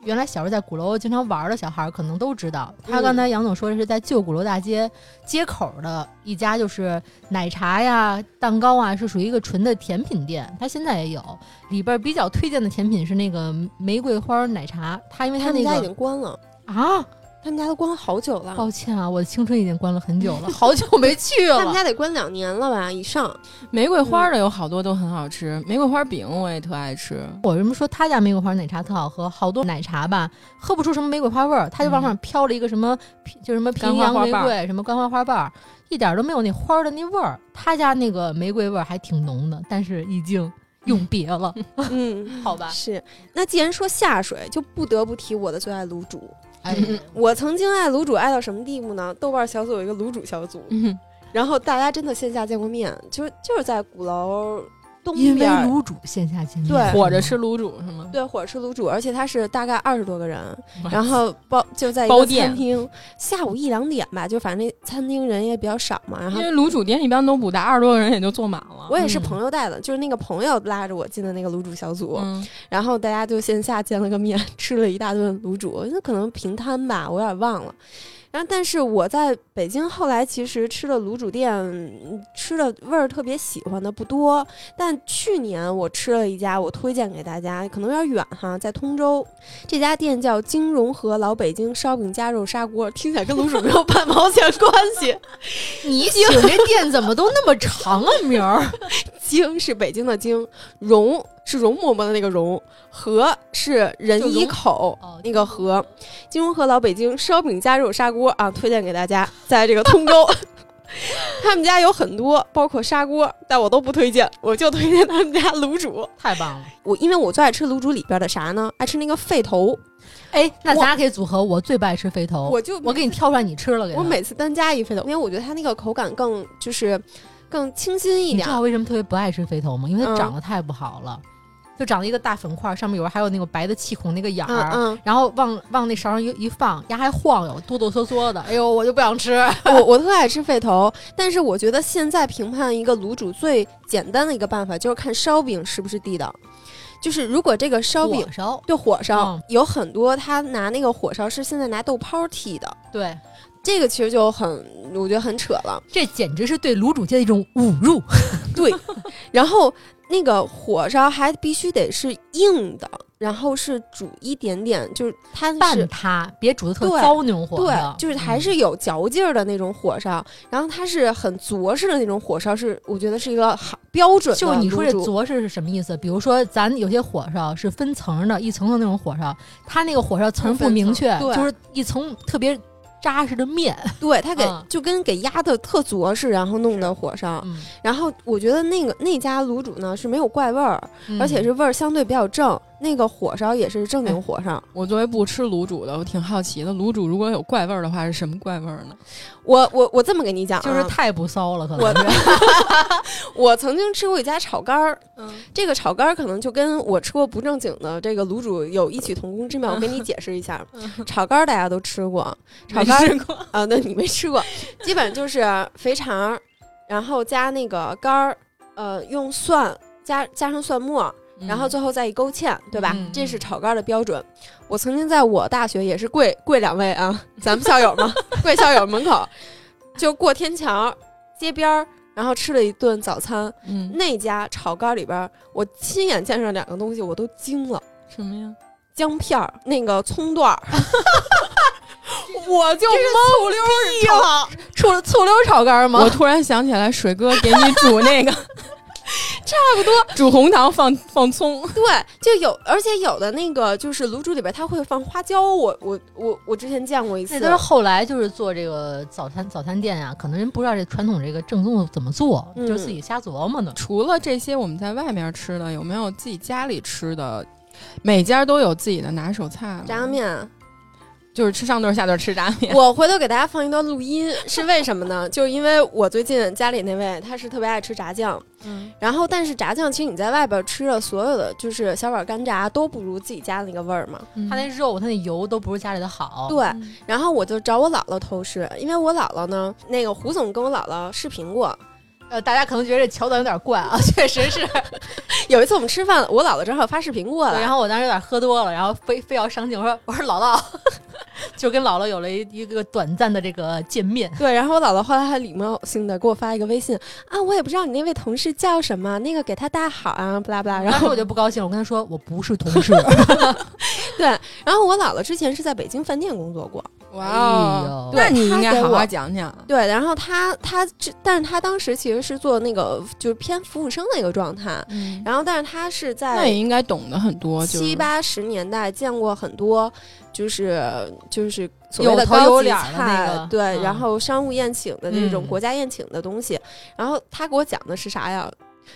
C: 原来小时候在鼓楼经常玩的小孩儿可能都知道。他
B: 嗯
C: 刚才杨总说的是在旧鼓楼大街街口的一家，就是奶茶呀、蛋糕啊，是属于一个纯的甜品店。它现在也有，里边儿比较推荐的甜品是那个玫瑰花奶茶。它因为它
B: 他
C: 那
B: 们家已
C: 个
B: 经关了，
C: 啊，
B: 他们家都关了好久了，
C: 抱歉啊，我的青春已经关了很久
B: (laughs)
C: 了，好久没去
B: 他们
C: 了。
B: 家得关两年了吧以
C: (laughs)
B: 上。
A: 玫瑰花的有好多都很好吃，
B: 嗯
A: 玫瑰花饼我也特爱吃。
C: 我为什么说他家玫瑰花奶茶特好喝？好多奶茶吧，喝不出什么玫瑰花味儿，他就往上飘了一个什么，就什么平
A: 干
C: 阳
A: 花花
C: 玫
A: 瓣儿
C: 瑰，什么干花花瓣儿，一点儿都没有那花儿的那味儿。他家那个玫瑰味儿还挺浓的，但是已经永别 (laughs) 了，
B: 嗯，
C: 好吧？
B: 是。那既然说下水，就不得不提我的最爱卤煮。
C: 哎，
B: 我曾经爱卤煮爱到什么地步呢？豆瓣小组有一个卤煮小组，
A: 嗯，
B: 然后大家真的线下见过面，就是就是在鼓楼东
C: (laughs) 因为
B: 边儿，
C: 卤煮线下见面，
B: 对
A: 火着吃卤煮是吗？
B: 对，火吃卤煮，而且它是大概二十多个人，然后包就在一
A: 包
B: 个
A: 店
B: 餐厅，下午一两点吧，就反正那餐厅人也比较少嘛。然
A: 因
B: 后
A: 为卤煮店一般都不大，二十多个人也就坐满了。
B: 我也是
C: 嗯
B: 朋友带的，就是那个朋友拉着我进的那个卤煮小组，
A: 嗯，
B: 然后大家就线下见了个面， (laughs) 吃了一大顿卤煮，那可能平摊吧，我有点忘了。然后，但是我在北京后来其实吃的卤煮店嗯吃的味儿特别喜欢的不多，但去年我吃了一家，我推荐给大家，可能有点远哈，在通州，这家店叫金融和老北京烧饼夹肉砂锅，听起来跟卤煮没有半毛钱关系。 (laughs)
C: 你请这店怎么都那么长啊名儿？
B: 京是北京的京，荣是容嬷嬷的那个荣，和是人
C: 就
B: 一
C: 容
B: 口
C: (laughs) 哦
B: 那个和，金融和老北京烧饼加肉砂锅啊，推荐给大家，在这个通州。 (laughs) 他们家有很多，包括砂锅，但我都不推荐，我就推荐他们家卤煮。
C: 太棒了！
B: 我因为我最爱吃卤煮里边的啥呢？爱吃那个肺头，
C: 哎，那咱俩可以组合，我最不爱吃肥头，
B: 我就
C: 哦我给你挑出来，你吃了给
B: 我
C: 他
B: 每次单加一肺头，因为我觉得它那个口感更就是更清新一
C: 你
B: 点
C: 知。道为什么特别不爱吃肥头吗？因为它
B: 嗯
C: 长得太不好了，就长了一个大粉块儿，上面有时候还有那个白的气孔那个眼
B: 嗯
C: 儿。
B: 嗯，
C: 然后往往那勺上一一放，牙还晃悠，哆哆嗦嗦的。哎呦，我就不想吃。
B: 嗯
C: (laughs)
B: 我我特爱吃肺头，但是我觉得现在评判一个卤煮最简单的一个办法就是看烧饼是不是地道，就是如果这个烧饼
C: 火烧，
B: 对火烧、
C: 嗯
B: 有很多，他拿那个火烧是现在拿豆泡剔的，
C: 对，
B: 这个其实就很我觉得很扯了。
C: 这简直是对卤煮界的一种侮辱。
B: 然后那个火烧还必须得是硬的，然后是煮一点点，就是它
C: 拌
B: 是。
C: 它，别煮的特
B: 对
C: 糟那种火嗯
B: 对
C: 烧，
B: 就是还是有嚼劲儿的那种火烧，然后它是很着实的那种火烧，是我觉得是一个好标准的
C: 就是你说这
B: 卤煮
C: 着实是什么意思？比如说，咱有些火烧是分层的，一层层那种火烧，它那个火烧层儿不明确，
B: 不分层对
C: 就是一层特别扎实的面。
B: 对他给、
C: 嗯
B: 就跟给压的特着实，然后弄的火烧。
C: 嗯，
B: 然后我觉得那个那家卤煮呢是没有怪味儿，
C: 嗯
B: 而且是味儿相对比较正。那个火烧也是正
C: 哎
B: 经火烧。
A: 我作为不吃卤煮的，我挺好奇的，卤煮如果有怪味儿的话，是什么怪味儿呢？
B: 我我我这么跟你讲、啊，
C: 就是太不骚了，可能
B: 我
C: 是。
B: (laughs) 我曾经吃过一家炒肝儿，
A: 嗯
B: 这个炒肝儿可能就跟我吃过不正经的这个卤煮有异曲同工之妙。我跟你解释一下，
A: 嗯
B: 炒肝儿大家都吃过，炒肝儿
A: 过，
B: 啊，那你没吃过，基本就是肥肠儿，然后加那个肝儿，呃，用蒜加加上蒜末，嗯
C: 嗯
B: 然后最后再一勾芡，对吧？
A: 嗯
B: 这是炒肝的标准。我曾经在我大学也是跪跪两位啊， (laughs) 咱们校友嘛，跪校友门口，就过天桥街边儿，然后吃了一顿早餐。
A: 嗯，
B: 那家炒肝里边儿，我亲眼见上两个东西，我都惊了：
A: 什么呀？
B: 姜片儿，那个葱段
C: (laughs)
B: 儿。我就
C: 醋溜啊
B: 懵逼了，
C: 醋醋溜炒肝吗
A: 我？突然想起来，水哥给你煮那
B: (laughs)
A: 个，差不多煮红糖放放葱，
B: (laughs) 对，就有，而且有的那个就是卤煮里边儿它会放花椒，我我我我之前见过一次，
C: 那都是后来就是做这个早餐早餐店啊，可能人不知道这传统这个正宗的怎么做，
B: 嗯
C: 就是自己瞎琢磨呢。
A: 除了这些我们在外面吃的，有没有自己家里吃的？每家都有自己的拿手菜吗
B: 炸酱，面，啊
A: 就是吃上顿儿下顿儿吃炸面。
B: 我回头给大家放一段录音，是为什么呢？就是因为我最近家里那位他是特别爱吃炸酱，
A: 嗯
B: 然后但是炸酱其实你在外边吃的所有的就是小碗干炸都不如自己家那个味儿嘛。
C: 它那肉，它那油都不是家里的好。
B: 嗯对，
A: 嗯
B: 然后我就找我姥姥偷师，因为我姥姥呢，那个胡总跟我姥姥视频过，
C: 呃，大家可能觉得这桥段有点怪啊， (laughs) 确实
B: (laughs)
C: 是。
B: 有一次我们吃饭，我姥姥正好发视频过
C: 对
B: 来，
C: 然后我当时有点喝多了，然后非非要上镜，我说我说姥姥， (laughs) 就跟姥姥有了一一个短暂的这个见面。
B: (laughs) 对，然后我姥姥后来还礼貌性的给我发一个微信啊，我也不知道你那位同事叫什么，那个给他大好啊，不拉不拉。然
C: 当时
B: 后
C: 嗯我就不高兴了，我跟他说我不是
B: (laughs)
C: 同事。
B: 对，然后我姥姥之前是在北京饭店工作过，
A: 哇
C: 哦
A: 那你应
B: 他
A: 该
B: 给
A: 好
B: 我
A: 好讲讲。
B: 对，然后她她这，但是她当时其实是做那个就是偏服务生的一个状态，
A: 嗯，
B: 然后但是她是
A: 那也
B: 在
A: 应该懂得很多，就是
B: 七八十年代见过很多，就是就是。所
C: 有
B: 谓的
C: 头有
B: 高级
C: 脸儿的那
B: 菜，
C: 个
B: 对，
C: 嗯
B: 然后商务宴请的那种
C: 嗯
B: 国家宴请的东西，然后她给我讲的是啥呀？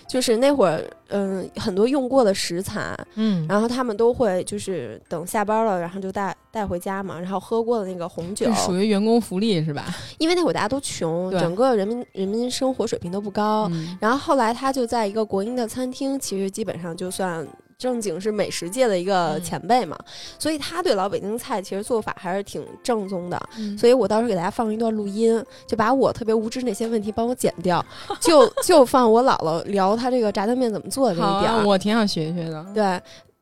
B: 就是那会儿，嗯，很多用过的食材，
C: 嗯，
B: 然后他们都会就是等下班了，然后就带带回家嘛，然后喝过的那个红酒
A: 这，属于员工福利是吧？
B: 因为那会儿大家都穷，
A: 对
B: 整个人民人民生活水平都不高。
A: 嗯
B: 然后后来他就在一个国营的餐厅，其实基本上就算正经是美食界的一个
C: 嗯
B: 前辈嘛，所以他对老北京菜其实做法还是挺正宗的。
A: 嗯
B: 所以我到时候给大家放一段录音，就把我特别无知那些问题帮我剪
A: (laughs)
B: 掉，就就放我姥姥聊她这个炸酱面怎么做的这
A: 好
B: 一点儿。
A: 啊，我挺想学学的。
B: 对，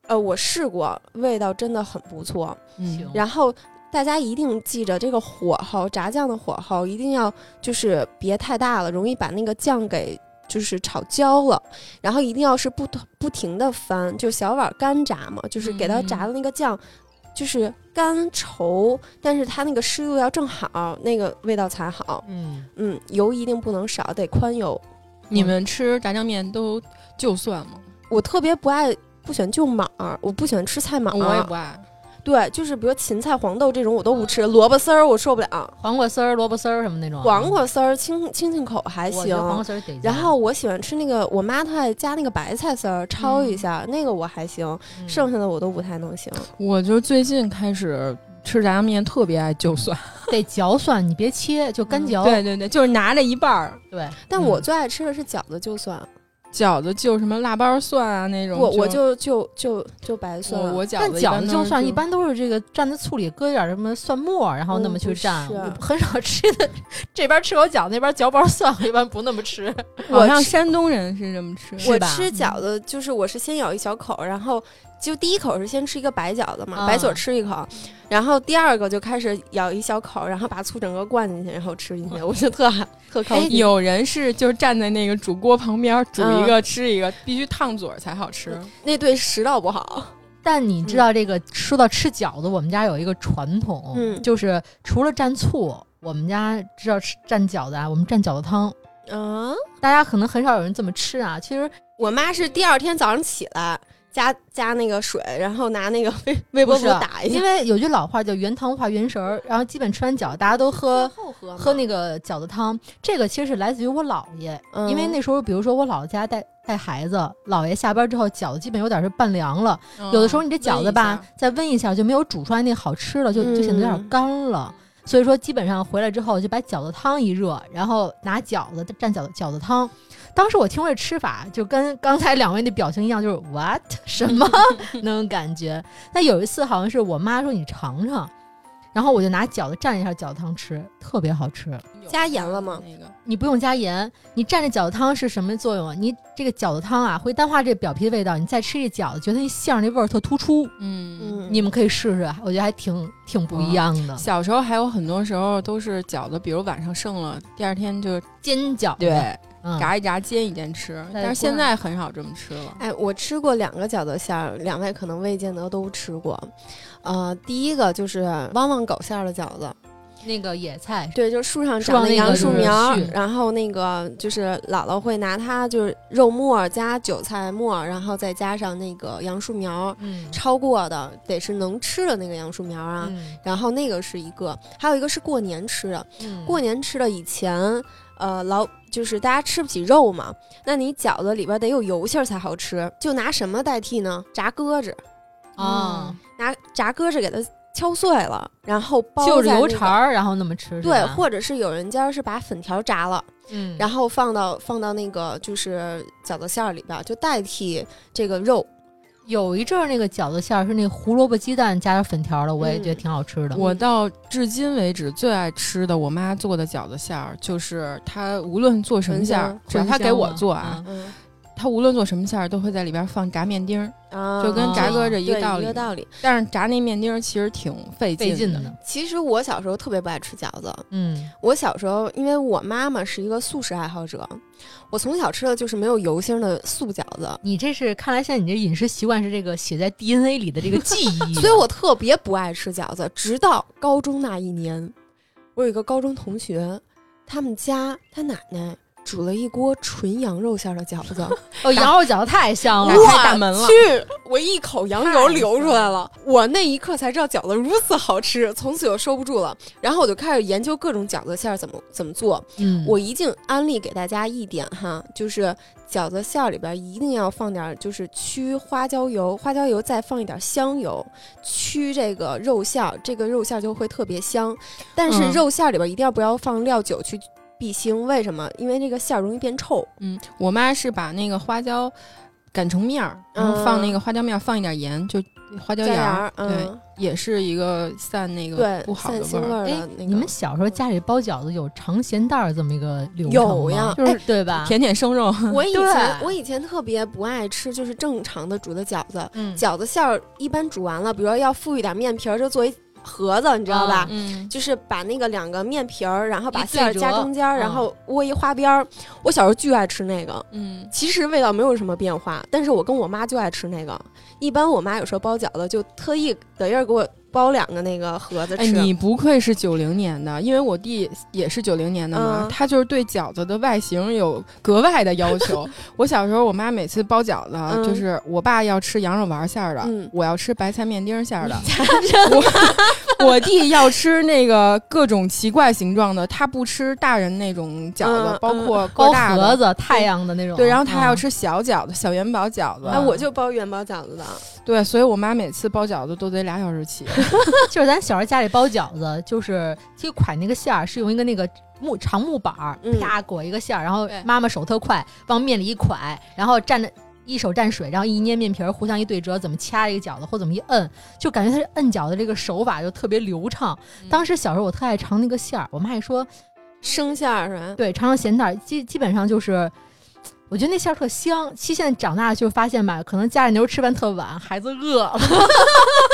B: 呃，我试过，味道真的很不错。
A: 嗯
C: 行
B: 然后大家一定记着，这个火候，炸酱的火候一定要就是别太大了，容易把那个酱给就是炒焦了。然后一定要是不不停的翻，就小碗干炸嘛，就是给它
C: 嗯
B: 炸的那个酱。就是干稠，但是它那个湿度要正好，那个味道才好。
C: 嗯，
B: 嗯，油一定不能少，得宽油。
A: 你们吃炸酱面都就蒜吗？
B: 我特别不爱不喜欢就码儿，我不喜欢吃菜码儿。
A: 我也不爱。
B: 对，就是比如芹菜、黄豆这种我都不吃，萝卜丝儿我受不了，
C: 黄瓜丝儿、萝卜丝儿什么那种啊。
B: 黄瓜丝儿清清清口还
C: 我
B: 行
C: 觉得。黄瓜丝儿得加。
B: 然后我喜欢吃那个，我妈特爱加那个白菜丝儿，焯一下、那个我还行，
C: 嗯
B: 剩下的我都不太能行。
A: 我就最近开始吃炸酱面，特别爱就蒜。
C: 得嚼蒜，你别切，就
B: 嗯
C: 干嚼。
A: 对对对，就是拿着一半儿
C: 对，
B: 但我
C: 嗯
B: 最爱吃的是饺子，就算、
A: 饺子，就什么腊八蒜啊那种。
B: 我我就就就就白蒜，
A: 我我饺
C: 但
A: 子
C: 饺子就蒜
A: 算
C: 一般都是这个蘸在醋里搁一点什么蒜末，然后那么去蘸。
B: 嗯不是
C: 我很少吃的，这边吃口饺子，那边嚼包蒜，我一般不那么吃。 (laughs)
A: 好
B: 我
A: 像
B: 吃
A: 山东人是这么吃。
C: 是
B: 我
C: 吧
B: 吃饺子就是我是先咬一小口，然后就第一口是先吃一个白饺子嘛，
C: 啊
B: 白嘴吃一口，然后第二个就开始咬一小口，然后把醋整个灌进去，然后吃进去，我就特特靠
C: 哎嗯
B: 谱。
A: 有人是就站在那个煮锅旁边煮一个吃一个，必须烫嘴儿才好吃。
B: 那对食道不好，
C: 但你
B: 嗯
C: 知道这个，说到吃饺子，我们家有一个传统，
B: 嗯
C: 就是除了蘸醋，我们家知道吃蘸饺子啊，我们蘸饺子汤。
B: 嗯，
C: 大家可能很少有人这么吃啊。其实
B: 我妈是第二天早上起来加加那个水，然后拿那个微微波
C: 不
B: 炉
C: 是
B: 打一
C: 因
B: 下，
C: 为有句老话叫“原汤化原食儿”，然后基本吃完饺子，大家都喝
B: 后喝
C: 喝那个饺子汤。这个其实是来自于我姥爷，
B: 嗯
C: 因为那时候，比如说我姥姥家带带孩子，姥爷下班之后饺子基本有点是拌凉了，
A: 嗯
C: 有的时候你这饺子吧再嗯温一下就没有煮出来那好吃了，就就显得有点
B: 嗯
C: 干了。所以说，基本上回来之后就把饺子汤一热，然后拿饺子蘸饺子饺子汤。当时我听这吃法，就跟刚才两位的表情一样，就是 what (laughs) 什么那种感觉。那有一次好像是我妈说你尝尝，然后我就拿饺子蘸一下饺子汤吃，特别好吃。
A: 温一下
B: 加盐了吗？
A: 那个
C: 你不用加盐，你蘸着饺子汤是什么作用啊？你这个饺子汤啊，会淡化这表皮的味道。你再吃这饺子，觉得那馅儿那味儿特突出。
A: 嗯。
B: 嗯，
C: 你们可以试试，我觉得还挺挺不一样的。
A: 小时候还有很多时候都是饺子，比如晚上剩了，第二天就
C: 煎饺子，
A: 对
C: 嗯，
A: 炸一炸煎一煎吃，
C: 在
A: 但是
C: 锅
A: 现
C: 上
A: 在很少这么吃了。
B: 哎，我吃过两个饺子馅儿，两位可能未见得都吃过。呃，第一个就是汪汪狗馅儿的饺子，
C: 那个野菜
B: 对，就是树上
C: 树
B: 长
C: 上
B: 的
C: 那个
B: 杨
C: 就
B: 树
C: 是
B: 苗儿
C: 絮，
B: 然后那个就是姥姥会拿它就是肉末儿加韭菜末儿，然后再加上那个杨树苗儿，
C: 嗯
B: 焯过的得是能吃的那个杨树苗儿啊。
C: 嗯
B: 然后那个是一个，还有一个是过年吃的，
C: 嗯
B: 过年吃的以前，呃，老就是大家吃不起肉嘛，那你饺子里边得有油馅儿才好吃，就拿什么代替呢？炸鸽子，
C: 啊，
B: 拿炸鸽子给它敲碎了，然后包
C: 就
B: 在
C: 是
B: 那
C: 油
B: 个
C: 肠。儿，然后那么吃，
B: 对
C: 是，吧
B: 或者是有人家是把粉条炸了，
C: 嗯，
B: 然
C: 后
B: 后放到放到那个就是饺子馅儿里边儿，就代替这个肉。
C: 有一阵儿那个饺子馅儿是那胡萝卜鸡蛋加点粉条的，我也觉得挺好吃的。
A: 我到至今为止最爱吃的我妈做的饺子馅儿，就是她无论做什么馅儿
B: 纯，
A: 只要她给我做
C: 纯
A: 啊
C: 香，
B: 嗯
A: 她无论做什么馅儿都会在里边放炸面丁儿，
B: 啊，
A: 就跟炸
C: 鸽
A: 搁着
B: 对
A: 一个道
B: 一
A: 理
B: 个。道理。
A: 但是炸那面丁儿其实挺费
C: 费
A: 劲
C: 劲的，
B: 其实我小时候特别不爱吃饺子，
C: 嗯，
B: 我小时候因为我妈妈是一个素食爱好者，我从小吃的就是没有油心儿的素饺子。
C: 你这是看来现在你这饮食习惯是这个写在 DNA 里的这个记
A: 嗯
C: 忆，
B: 所以我特别不爱吃饺子，直到高中那一年，我有一个高中同学，他们家他奶奶煮了一锅纯羊肉馅儿的饺子，
C: 哦，羊肉饺子太香
A: 打
C: 了
A: 开，大门了
B: 我去，我一口羊油流出来了，我那一刻才知道饺子如此好吃，从此就收不住了。然后我就开始研究各种饺子馅儿怎么怎么做，
C: 嗯，
B: 我一定安利给大家一点哈，就是饺子馅儿里边一定要放点儿，就是祛花椒油，花椒油再放一点香油，祛这个肉馅儿，这个肉馅儿就会特别香。但是
C: 嗯
B: 肉馅儿里边一定要不要放料酒去避腥，为什么？因为这个馅儿容易变臭。
A: 嗯，我妈是把那个花椒擀成面儿，然后放那个花椒面儿，放一点盐，就花椒
B: 椒
A: 盐
B: 盐
A: 儿
B: 儿，，
A: 对，
B: 嗯，
A: 也是一个散那
B: 对
A: 个，不好
B: 散
A: 的
B: 腥
A: 味
B: 味
A: 儿。
B: 儿
C: 哎
B: 的那个。
C: 你们小时候家里包饺子有尝咸淡儿这么一个流程吗
B: 有呀
C: 就是对吧？
A: 哎甜点生肉，
B: 我以前
C: 对
B: 我以前特别不爱吃，就是正常的煮的饺子，
C: 嗯，
B: 饺子馅儿一般煮完了，比如说要附一点面皮儿，就做一盒子，你知道吧？
C: 啊
A: 嗯，
B: 就是把那个两个面皮儿，然后把
C: 一
B: 馅儿
C: 对折
B: 夹中间儿，
C: 嗯
B: 然后窝一花边儿。我小时候巨爱吃那个，
A: 嗯，
B: 其实味道没有什么变化，但是我跟我妈就爱吃那个。一般我妈有时候包饺子就特意得意儿给我包两个那个盒子
A: 哎，
B: 吃。
A: 你不愧是九零年的，因为我弟也是九零年的嘛，
B: 嗯
A: 他就是对饺子的外形有格外的要
B: (laughs)
A: 求。我小时候，我妈每次包饺子，
B: 嗯
A: 就是我爸要吃羊肉丸馅儿的，
B: 嗯
A: 我要吃白菜面丁馅儿
B: (laughs)
A: 的， (laughs) 我我弟要吃那个各种奇怪形状的，他不吃大人那种饺子，
B: 嗯
A: 包括个
C: 包
A: 大
C: 盒
A: 的。
C: 子、太阳的那种，
A: 对，然后他还要
C: 嗯
A: 吃小饺子、小元宝饺子。
B: 哎，我就包元宝饺子的，
A: 对，所以我妈每次包饺子都得俩小时起。
C: 就是咱小时候家里包饺子，就是其实蒯那个馅儿是用一个那个木长木板儿，
B: 嗯
C: 啪裹一个馅儿，然后
A: 对
C: 妈妈手特快，往面里一蒯，然后蘸着一手蘸水，然后一捏面皮儿，互相一对折，怎么掐一个饺子或怎么一摁，就感觉他是摁饺子这个手法就特别流畅。当时小时候我特爱尝那个馅儿，我妈还说
B: 生馅儿是吧？
C: 对，尝尝咸淡儿，基基本上就是。我觉得那馅儿特香。其实现在长大就发现吧，可能家里牛吃饭特晚，孩子饿
B: (laughs)
C: 了，(laughs)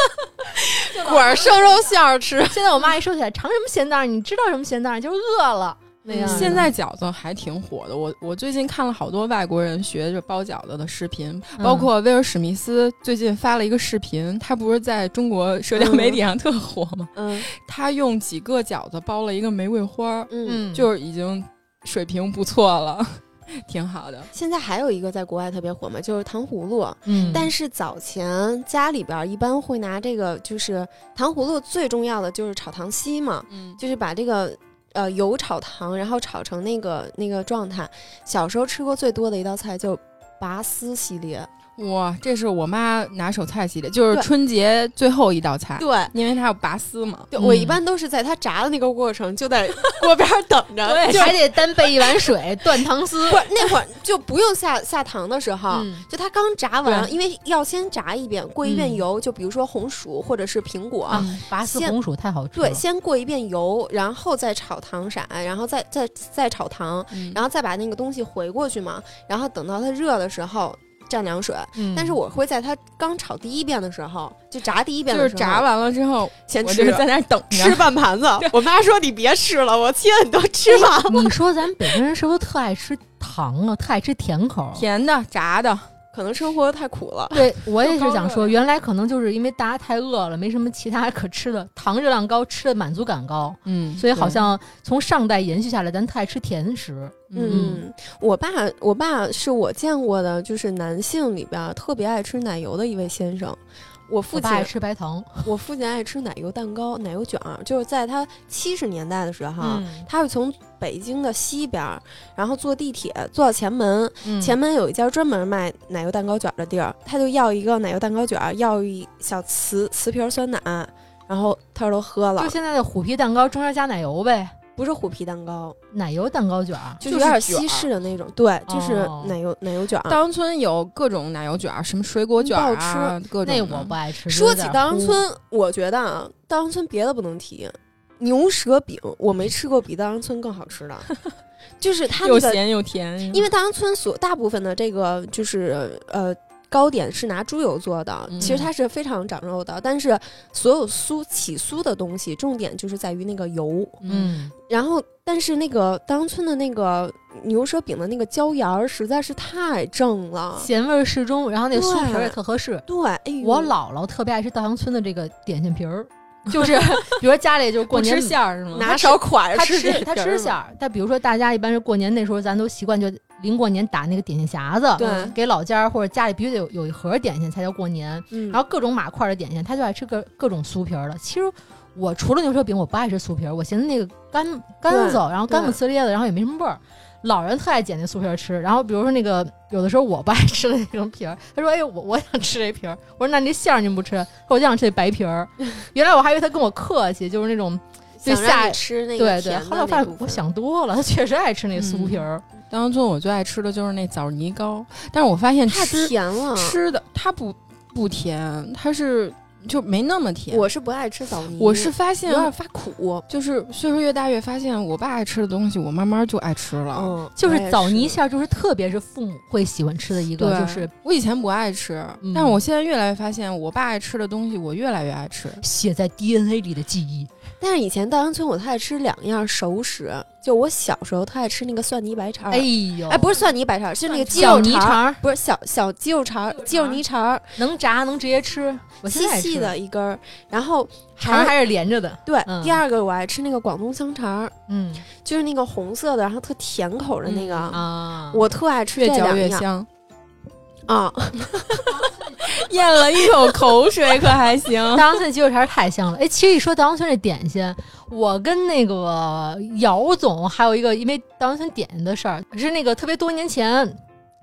B: 果儿生肉馅儿吃。
C: 现在我妈一说起来尝什么咸蛋儿，你知道什么咸蛋儿，就是饿了那样的。
B: 嗯
A: 现在饺子还挺火的，我我最近看了好多外国人学着包饺子的视频，
C: 嗯
A: 包括威尔史密斯最近发了一个视频，他不是在中国社交媒体上特火吗？ (laughs)
B: 嗯
A: 他用几个饺子包了一个玫瑰花儿，
B: 嗯。
C: 嗯，
A: 就是已经水平不错了， (laughs) 挺好的。
B: 现在还有一个在国外特别火嘛，就是糖葫芦。
C: 嗯，
B: 但是早前家里边儿一般会拿这个，就是糖葫芦最重要的就是炒糖稀嘛。
A: 嗯，
B: 就是把这个呃油炒糖，然后炒成那个那个状态。小时候吃过最多的一道菜就拔丝系列，
A: 哇，这是我妈拿手菜系列，就是
B: 对
A: 春节最后一道菜，
B: 对。
A: 因为它要拔丝嘛。
B: 对，
C: 嗯
B: 我一般都是在它炸的那个过程，就在锅边儿等 (laughs) 着，就
C: 还得单备一碗水断糖丝啊
B: 不。是那会儿就不用下下糖的时候，
A: 啊
C: 嗯
B: 就它刚炸完，
A: 对
B: 因为要先炸一遍，过一遍
C: 嗯
B: 油，就比如说红薯或者是苹果，
C: 啊，拔丝
B: 先
C: 红薯太好吃了。
B: 对，先过一遍油，然后再炒糖色，然后再再再炒糖，
A: 嗯
B: 然后再把那个东西回过去嘛，然后等到它热的时候蘸凉水，
C: 嗯，
B: 但是
C: (laughs)
B: 我会在它刚炒第一遍的时候，就炸第一遍
A: 就
B: 的
A: 是
B: 时候，
A: 炸完了之后，
B: 先
A: 我就
B: 吃
A: 是在那儿等着
B: 吃半盘子。我妈说你别吃了，我切你都吃吧。
C: 你说咱北京人是不是特爱吃糖啊？特爱吃甜口儿？
A: 甜的、炸的，
B: (laughs) 可能生活太苦了，
C: 对我也是
A: 高
C: 想
A: 热
C: 说，
A: 量
C: 原来可能就是因为大家太饿了，没什么其他可吃的，糖热量高，吃的满足感高，
A: 嗯，
C: 所以好像从上代延续下来，咱太爱吃甜食。
A: 嗯，
B: 嗯，我爸，我爸是我见过的，就是男性里边儿特别爱吃奶油的一位先生。我父
C: 我
B: 亲
C: 爸，爱吃白糖，
B: 我父亲爱吃奶油蛋糕、奶油卷儿，就是在他七十年代的时候，
C: 嗯
B: 他会从北京的西边儿，然后坐地铁坐到前门，
C: 嗯
B: 前门有一家专门卖奶油蛋糕卷儿的地儿，他就要一个奶油蛋糕卷儿，要一小瓷瓷瓶儿酸奶，然后他都喝了嗯
C: 就。现在的虎皮蛋糕中间加奶油呗。
B: 不是虎皮蛋糕，
C: 奶油蛋糕卷儿，
B: 就是有点
A: 卷儿
B: 西式的那种，对，就是
C: 哦
B: 奶油奶油卷儿。
A: 当村有各种奶油卷儿，什么水果卷儿
B: 不
A: 啊
B: 好，
A: 各种
C: 那
A: 的
C: 我不爱吃。
B: 说
C: 有
B: 起
C: 点
B: 稻香
C: 糊，
B: 村，我觉得啊，稻香村别的不能提，牛舌饼我没吃过比稻香村更好吃的，
C: (laughs)
B: 就是它
A: 又
B: 那个，
A: 咸又甜，
B: 因
A: 为
B: 为稻香村所大部分的这个就是呃。糕点是拿猪油做的，
A: 嗯
B: 其实它是非常长肉的，但是所有酥起酥的东西，重点就是在于那个油。
C: 嗯，
B: 然后，但是那个当村的那个牛舌饼的那个椒盐儿实在是太正了，
C: 咸味儿适中，然后那个酥皮儿也
B: 嗯对
C: 特合适。
B: 对，哎呦
C: 我姥姥特别爱吃稻香村的这个点心皮儿，就是比如说家里就是过
A: 不
C: 年
A: 吃馅儿是吗？
B: 拿勺㧟着
C: 他吃
B: 这
C: 他
B: 皮
C: 吃
B: 儿
C: 馅
B: 嘛
C: 儿，但比如说大家一般是过年那时候，咱都习惯就临过年打那个点心匣子，
B: 对，
C: 给老家儿或者家里必须得有有一盒点心才叫过年，
B: 嗯
C: 然后各种马块儿的点心，他就爱吃各各种酥皮儿的。其实我除了牛舌饼，我不爱吃酥皮儿，我寻思那个干干
B: 对
C: 燥，然后干不
B: 对
C: 呲咧的，然后也没什么味儿。老人特爱捡那酥皮儿吃，然后比如说那个有的时候我不爱吃的那种皮儿，他说：“哎，我我想吃这皮儿。”我说：“那这馅儿您不吃？”他说：“我就想吃这白
B: (laughs)
C: 皮儿。”原来我还以为他跟我客气，就是那种对
B: 想让
C: 下
B: 你吃那
C: 对
B: 个
C: 对，
B: 甜
C: 后来
B: 的
C: 我发
B: 那
C: 现
B: 部
C: 我
B: 分。嗯
C: 想多了，他确实爱吃那酥皮儿，
A: 稻香村我最爱吃的就是那枣泥糕，但是我发现
B: 太
A: 吃
B: 甜了，
A: 吃的它不不甜，它是就没那么甜。
B: 我是不爱吃枣泥，
A: 我是发现
B: 有点发苦。
A: 就是岁数越大越发现，我爸爱吃的东西，我慢慢就爱吃了。
B: 嗯，
C: 就是枣泥馅儿，就是特别是父母会喜欢吃的一个，
A: 对，
C: 就是
A: 我以前不爱吃，
C: 嗯
A: 但是我现在越来越发现，我爸爱吃的东西，我越来越爱吃。
C: 写在 DNA 里的记忆。
B: 但是以前稻香村我特爱吃两样熟食，就我小时候特爱吃那个蒜泥白肠儿，
C: 哎呦，
B: 哎，不是蒜泥白肠儿，是那个鸡
C: 小
B: 肉
C: 泥
B: 肠儿，
C: 肠儿，
B: 不是小小鸡肉肠儿，鸡肉泥肠儿，
C: 能炸能直接吃，我现
B: 细
C: 在爱
B: 细
C: 吃
B: 的一根儿，然后
C: 肠儿
B: 还
C: 还是连着的，
B: 对
C: 嗯，
B: 第二个我爱吃那个广东香肠儿，
C: 嗯
B: 就是那个红色的，然后特甜口的那个，
C: 啊，
B: 嗯我特爱吃
A: 越
B: 这
A: 嚼
B: 两
A: 越
B: 样
A: 香，
B: 啊。
A: 咽了一口口水，可还行。
C: 稻香村鸡肉肠儿太香了。哎，其实一说稻香村这点心，我跟那个姚总还有一个因为稻香村点心的事儿，是那个特别多年前。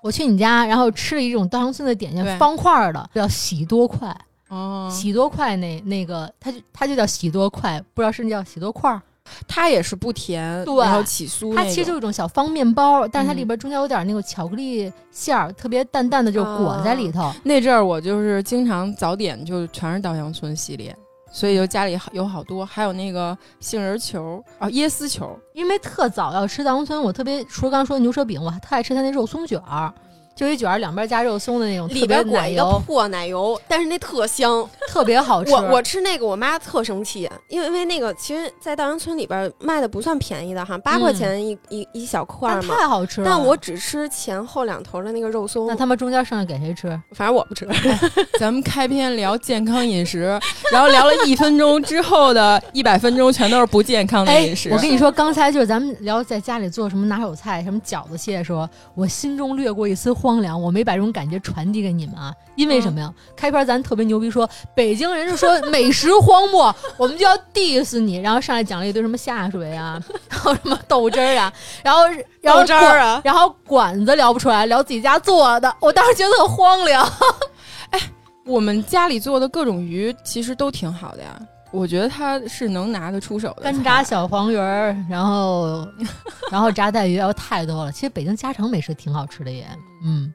C: 我去你家，然后吃了一种稻香村的点
A: 对
C: 心，方块儿的，叫喜多块。
B: 嗯
A: 哦，
C: 喜多块那那个，它就它就叫喜多块，不知道是叫喜多块儿。
A: 它也是不甜，
C: 对
A: 然后起酥那
C: 它
A: 种。
C: 其实就是一种小方面包，但是它
A: 嗯
C: 里边中间有点那个巧克力馅儿，特别淡淡的，就裹在
B: 哦
C: 里头。
A: 那阵儿我就是经常早点就全是稻香村系列，所以就家里好有好多，还有那个杏仁球啊、椰丝球，
C: 因为特早要吃稻香村，我特别除了刚说牛舌饼，我还特爱吃它那肉松卷儿，就一卷儿两边加肉松的那种，
B: 里
C: 特别
B: 边裹
C: 奶
B: 一个
C: 油，
B: 破奶油，但是那特香。
C: 特别好
B: (laughs)
C: 吃。
B: 我我吃那个，我妈特生气，因为因为那个其实，在稻香村里边卖的不算便宜的哈，八块钱一、一一小块
C: 嗯但
B: 儿嘛。
C: 太好吃了，
B: 但我只吃前后两头的那个肉松
C: 那，他们中间剩下给谁吃？
B: 反正我不吃。 (laughs)
A: 咱们开篇聊健康饮食，然后聊了一分钟之后的一百分钟全都是不健康的饮食。
C: 哎我跟你说，刚才就是咱们聊在家里做什么拿手菜、什么饺子蟹的时候，我心中掠过一丝荒凉，我没把这种感觉传递给你们啊，因为什么呀？
B: 嗯
C: 开篇咱特别牛逼说，北京人就说美食荒漠，我们就要 diss 你，然后上来讲了一堆什么下水啊，然后什么豆汁儿啊，然后然后
B: 豆汁儿
C: 馆
B: 啊，
C: 然后馆子聊不出来，聊自己家做的，我当时觉得特荒凉。
A: 我们家里做的各种鱼其实都挺好的呀，我觉得它是能拿得出手的菜。
C: 干炸小黄鱼儿，然后然后炸带鱼，然后太多了。其实北京家常美食挺好吃的也，嗯。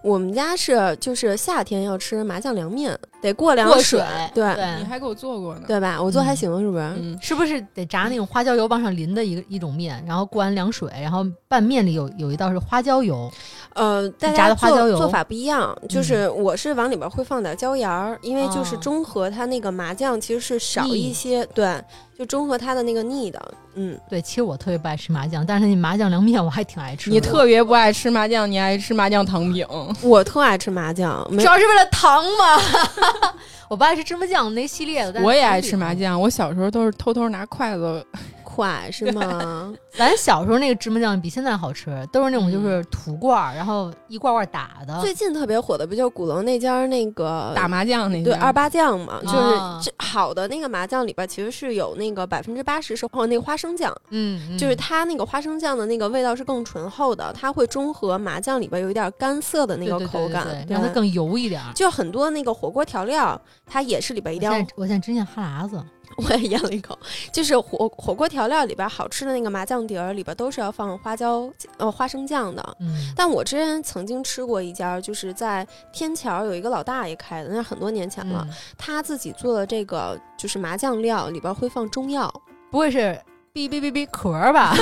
B: 我们家是就是夏天要吃麻酱凉面，得过凉
C: 过
B: 水，对
A: 你还给我做过呢。
B: 对吧？我做还行，是不是？
A: 嗯，
C: 是不是得炸那种花椒油往上淋的一个一种面，然后过完凉水，然后拌面里有有一道是花椒油，
B: 呃，大
C: 炸
B: 家
C: 的花
B: 做
C: 椒油嗯
B: 做法不一样，就是我是往里边会放点椒盐儿，因为就是
C: 哦
B: 中和它那个麻酱其实是少
C: 腻
B: 一些，对，就中和它的那个腻的，嗯，
C: 对，其实我特别不爱吃麻酱，但是那麻酱凉面我还挺爱吃的。
A: 你特别不爱吃麻酱，你爱吃麻酱糖饼。
B: 我特爱吃麻酱，没
C: 主要是为了糖嘛， (laughs) 我不爱吃芝麻酱那系列的，但是
A: 我也
C: 糖
A: 爱
C: 饼
A: 吃麻。酱，我小时候都是偷偷拿筷子。
C: 呃
B: 快是
C: (laughs)
B: 吗？
C: 咱小时候那个芝麻酱比现在好吃，都是那种就是土罐儿，然后一罐罐打的。
B: 嗯最近特别火的不就是鼓楼那家儿那个
A: 打麻将那
B: 对
A: 家
B: 二八酱嘛，就是
C: 啊
B: 这好的那个麻酱里边其实是有那个百分之八十是哦那个花生酱，
C: 嗯，嗯
B: 就是它那个花生酱的那个味道是更醇厚的，它会中和麻酱里边有一点干涩的那个
C: 对对对
B: 口
C: 对对
B: 感，
C: 让它
B: 对
C: 更油一点儿。
B: 就很多那个火锅调料，它也是里边一定
C: 我现
B: 要 (laughs)
C: 在我现在真想哈喇子，
D: 我也咽了一口，
B: 就是火火锅调料里边好吃的那个麻酱底儿里边都是要放花椒呃花生酱的。
C: 嗯，
B: 但我之前曾经吃过一家，就是在天桥有一个老大爷开的，那是很多年前了。
C: 嗯
B: 他自己做的这个就是麻酱料里边会放中药，
C: 不会是哔哔哔哔壳儿吧？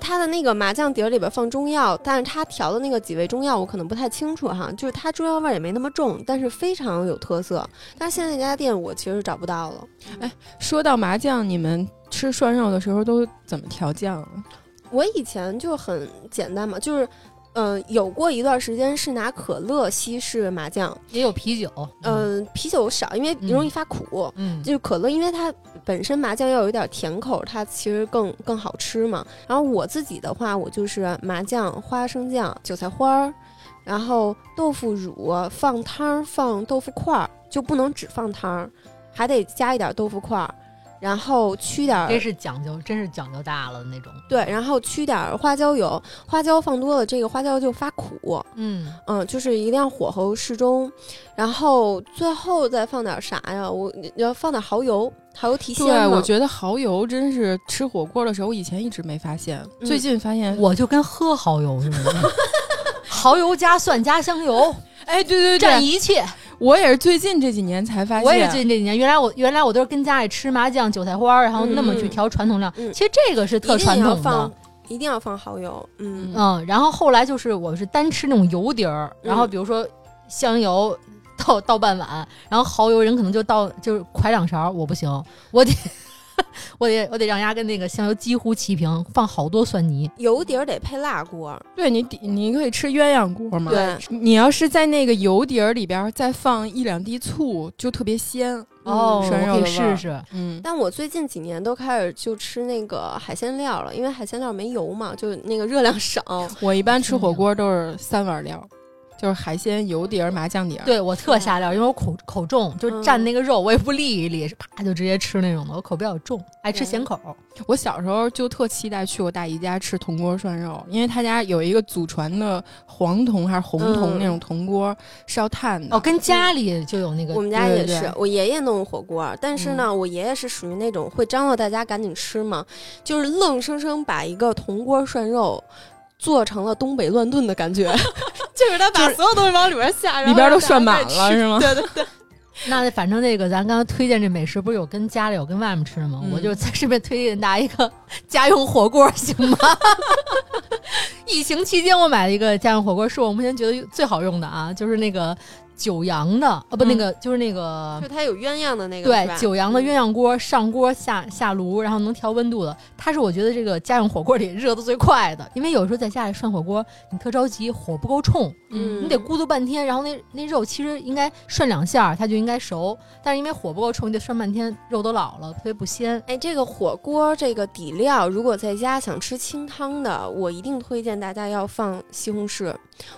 B: 他的那个麻酱碟儿里边放中药，但是他调的那个几味中药我可能不太清楚哈，就是它中药味儿也没那么重，但是非常有特色。但是现在这家店我其实找不到了，
A: 说到麻酱，你们吃涮肉的时候都怎么调酱啊？
B: 我以前就很简单嘛，就是。嗯、有过一段时间是拿可乐稀释麻酱，
C: 也有啤酒，
B: 嗯、啤酒少，因为容易发苦，
C: 嗯，
B: 就是可乐，因为它本身麻酱要有一点甜口，它其实更更好吃嘛。然后我自己的话，我就是麻酱、花生酱、韭菜花儿，然后豆腐乳放汤儿，放豆腐块儿，就不能只放汤儿，还得加一点豆腐块儿，然后去点
C: 这
B: 儿
C: 是讲究，真是讲究大了那种。
B: 对，然后去点儿花椒油，花椒放多了，这个花椒就发苦。
C: 嗯，
B: 嗯，就是一定要火候适中，然后最后再放点儿啥呀？我你要放点儿蚝油，蚝油提鲜
A: 对，
B: 嘛
A: 我觉得蚝油真是吃火锅的时候，我以前一直没发现，
B: 嗯
A: 最近发现，
C: 我就跟喝蚝油似的，
B: (laughs)
C: 蚝油加蒜加香油，
A: 哎，对对
C: 蘸
A: 对，
C: 一切。
A: 我也是最近这几年才发现，
C: 我也是最近这几年，原来我原来我都是跟家里吃麻酱、韭菜花儿，然后那么去调传统料。
B: 嗯嗯
C: 其实这个是特
B: 一定
C: 传
B: 要
C: 统的。
B: 放，一定要放蚝油。嗯，
C: 嗯，然后后来就是我是单吃那种油碟儿，然后比如说香油倒倒半碗，然后蚝油人可能就倒就是㧟两勺，我不行，我得 (laughs) 我得我得让丫跟那个香油几乎齐平，放好多蒜泥。
B: 油碟儿得配辣锅。
A: 对你底，你可以吃鸳鸯锅嘛。
B: 对，
A: 你要是在那个油碟儿里边儿再放一两滴醋，就特别鲜。嗯
C: 哦，
A: 涮肉
C: 我可以
A: 的味儿
C: 试试。
A: 嗯，
B: 但我最近几年都开始就吃那个海鲜料了，因为海鲜料没油嘛，就那个热量少。
A: 我一般吃火锅都是三碗料，就是海鲜、油碟儿、麻酱碟儿。，
C: 对我特下料，因为我口口重，就蘸那个肉我也不沥一沥，是啪就直接吃那种的。我口比较重，爱吃咸口。
A: 我小时候就特期待去我大姨家吃铜锅涮肉，因为她家有一个祖传的黄铜还是红铜
B: 嗯
A: 那种铜锅，烧炭的。
C: 哦，跟家里就有那个
B: 我们家也
A: 对
B: 是，
A: 对嗯
B: 我爷爷弄火锅，但是呢，我爷爷是属于那种会张罗大家赶紧吃嘛，就是愣生生把一个铜锅涮肉做成了东北乱炖的
A: (laughs)
B: 感觉，就是他把所有东西往里边下，然后
A: 里边都
B: 让大
A: 涮满
B: 家再吃
A: 了是吗
B: 对对对，
C: (laughs) 那反正那个咱刚刚推荐这美食，不是有跟家里有跟外面吃的吗？
A: 嗯
C: 我就再顺便推荐大家一个 (laughs) 家用火锅，行吗？ (laughs) 疫情期间我买了一个家用火锅，是我目前觉得最好用的啊，就是那个九阳的，啊不，
A: 嗯
C: 那个就是那个
B: 就他有鸳鸯的那个
C: 对
B: 是吧嗯
C: 九阳的鸳鸯锅，上锅下下炉，然后能调温度的，它是我觉得这个家用火锅里热的最快的，因为有时候在家里涮火锅，你特着急，火不够冲，
B: 嗯
C: 你得咕嘟半天，然后那那肉其实应该涮两下儿它就应该熟，但是因为火不够冲，你得涮半天，肉都老了，特别不鲜。
B: 哎，这个火锅这个底料，如果在家想吃清汤的，我一定推荐大家要放西红柿。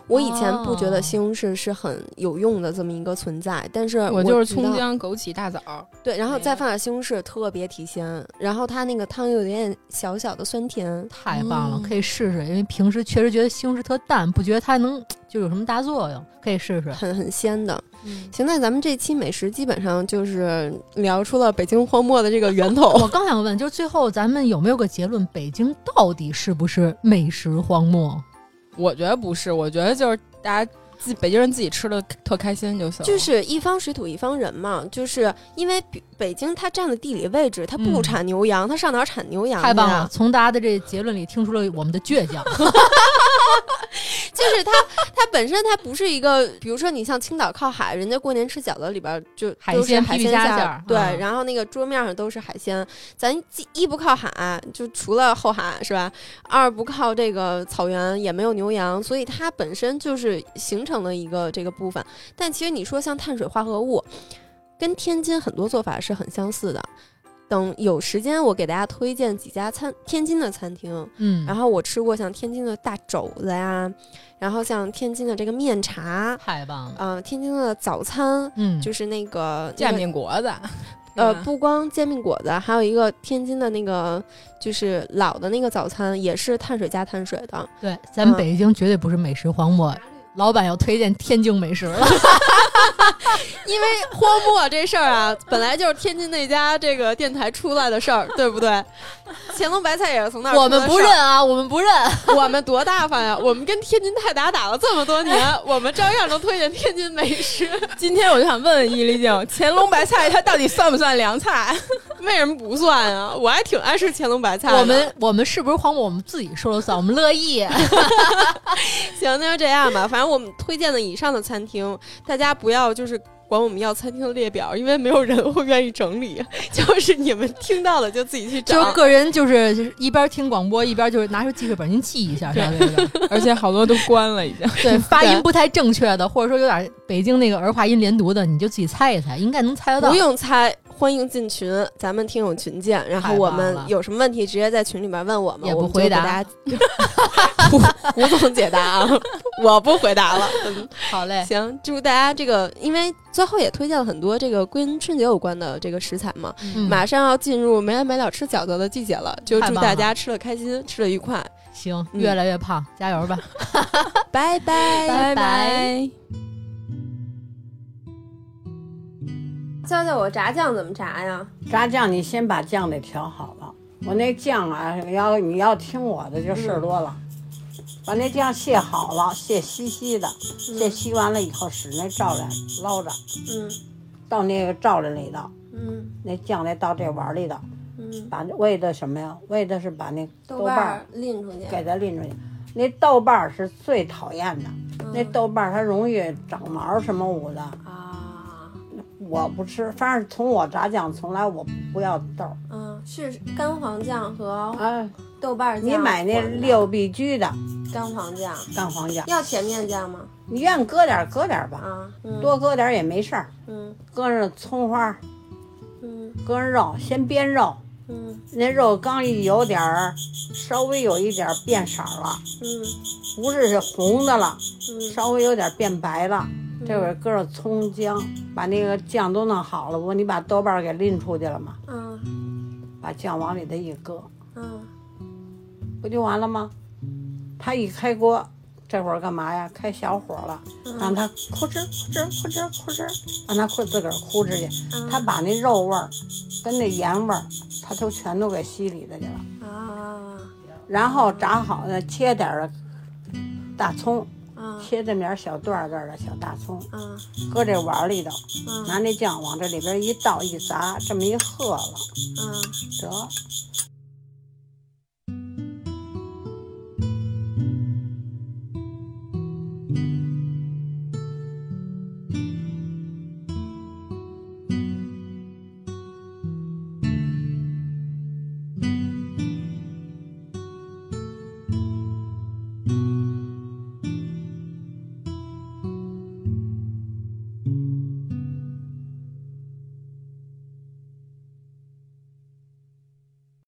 B: 我以前不觉
C: 哦
B: 得西红柿是很有用的这么一个存在，但是
A: 我就是
B: 知
A: 葱
B: 道
A: 姜枸杞大枣，
B: 对，然后
A: 没
B: 再
A: 了
B: 放点西红柿，特别提鲜。然后它那个汤有点小小的酸甜，
C: 太棒了，
A: 嗯
C: 可以试试，因为平时确实觉得西红柿特淡，不觉得它能就有什么大作用，可以试试。
B: 很很鲜的。
A: 嗯
B: 行，那咱们这期美食基本上就是聊出了北京荒漠的这个源头
C: 我。刚想问，就是最后咱们有没有个结论？北京到底是不是美食荒漠？
A: 我觉得不是，我觉得就是大家自北京人自己吃的特开心就行。
B: 就是一方水土一方人嘛，就是因为比北京它占的地理位置，它不
C: 嗯
B: 产牛羊，它上哪儿产牛羊去啊？
C: 太棒了！从大家的这结论里听出了我们的倔
B: (laughs)
C: 强。
B: 就是它，它本身它不是一个，比如说你像青岛靠海，人家过年吃饺子里边儿就
C: 海
B: 都是
C: 鲜
B: 海
C: 皮皮
B: 鲜
C: 虾
B: 馅
C: 馅
B: 儿
C: 儿，
B: 对，
C: 嗯
B: 然后那个桌面上都是海鲜。咱既一不靠海，就除了后海是吧？二不靠这个草原，也没有牛羊，所以它本身就是形成了一个这个部分。但其实你说像碳水化合物，跟天津很多做法是很相似的。等有时间，我给大家推荐几家餐天津的餐厅，
C: 嗯，
B: 然后我吃过像天津的大肘子呀，然后像天津的这个面茶，
C: 太棒了。
B: 嗯、天津的早餐。
C: 嗯，
B: 就是那个
A: 酱
B: 那个
A: 面果子，嗯
B: 呃，
D: 嗯
A: 是吧
B: 不光煎饼果子，还有一个天津的那个，就是老的那个早餐，也是碳水加碳水的。
C: 对，咱们
B: 嗯
C: 北京绝对不是美食荒漠，老板要推荐天津美食了。
D: 因为荒漠这事儿啊， (laughs) 本来就是天津那家这个电台出来的事儿，对不
B: (laughs)
D: 对？乾隆白菜也是从那儿
C: 我
D: 出
C: 们
D: 的
C: 不
D: 事儿
C: 认啊，我们不认。
D: (laughs) 我们多大方呀！我们跟天津泰达打了这么多年，我们照样能推荐天津美食，
A: 今天我就想问问伊丽静，乾隆白菜它到底算不算凉菜？ (laughs)
D: 为什么不算啊？我还挺爱吃乾隆白菜的。
C: 我们我们是不是荒漠？我们自己说了算， (laughs) 我们乐意。
D: 行，那就这样吧。反正我们推荐的以上的餐厅，大家不要就是管我们要餐厅的列表，因为没有人会愿意整理。 (laughs) 就是你们听到了就自己去
C: 就是
D: 找。
C: 个人就是就是一边听广播一边就是拿出记事本您记一下，稍微的。
A: 而且好多都关了，已经。
C: (laughs) 对 (laughs) 发音不太正确的，或者说有点北京那个儿化音连读的，你就自己猜一猜，应该能猜得到
D: 不。
B: 不用猜，欢迎进群，咱们听友群见。然
C: 太
B: 后
C: 棒
B: 我们
C: 了
B: 有什么问题直接在群里面问我们，
C: 也不
B: 我们就
C: 回
B: 给
C: 答
B: 大家，
D: (laughs)
B: 胡胡总解答
C: (laughs)
B: 啊。
D: 我不回答了。嗯
C: 好嘞，
D: 行，祝大家这个，因为最后也推荐了很多这个跟春节有关的这个食材嘛，
C: 嗯
D: 马上要进入没完没了吃饺子的季节了，就
C: 太
D: 祝
C: 棒
D: 大
C: 了啊
D: 家吃的开心，吃的愉快，
C: 行，
D: 嗯
C: 越来越胖，加油吧。
D: 拜拜
C: 拜拜。
B: 教教我炸酱怎么炸呀？
E: 炸酱你先把酱得调好了，我那酱啊，要你要听我的就事儿多了。把那酱卸好了，卸稀稀的，卸稀完了以后，使那罩来捞着，
B: 嗯
E: 到那个罩里头，
B: 嗯
E: 那酱再到这碗儿里头，
B: 嗯，
E: 把为的什么呀？为的是把那豆瓣儿
B: 拎出去
E: 给它拎出去。那豆瓣儿是最讨厌的，那豆瓣儿它容易长毛什么捂的，
B: 啊。
E: 我不吃。反正从我炸酱从来我不要豆儿。
B: 嗯，是干黄酱和
E: 啊，
B: 豆瓣酱。
E: 你买那六必居的
B: 干黄酱，
E: 干黄酱，
B: 要甜面酱吗？
E: 你愿意搁点儿搁点儿吧，
B: 啊，嗯
E: 多搁点儿也没事儿。
B: 嗯
E: 搁上葱花，
B: 嗯
E: 搁上肉，先煸肉。
B: 嗯
E: 那肉刚一有点儿，稍微有一点儿变色儿了，
B: 嗯
E: 不是是红的了，
B: 嗯
E: 稍微有点儿变白了。这会儿搁上葱姜，把那个酱都弄好了。不，你把豆瓣儿给拎出去了吗？
B: 嗯
E: 把酱往里头一搁，
B: 嗯
E: 不就完了吗？它一开锅，这会儿干嘛呀？开小火了，
B: 嗯
E: 让它哭哧哭哧哭哧哭哧，让它哭自个儿哭哧去。
B: 嗯
E: 它把那肉味儿跟那盐味儿，它都全都给吸里头去了。
B: 啊
E: 然后炸好了，切点儿大葱，
B: 啊
E: 切这么点儿小段儿段儿的小大葱，
B: 啊
E: 搁这碗儿里头，
B: 嗯
E: 拿那酱往这里边一倒一砸，这么一和了，
B: 啊！
E: 得。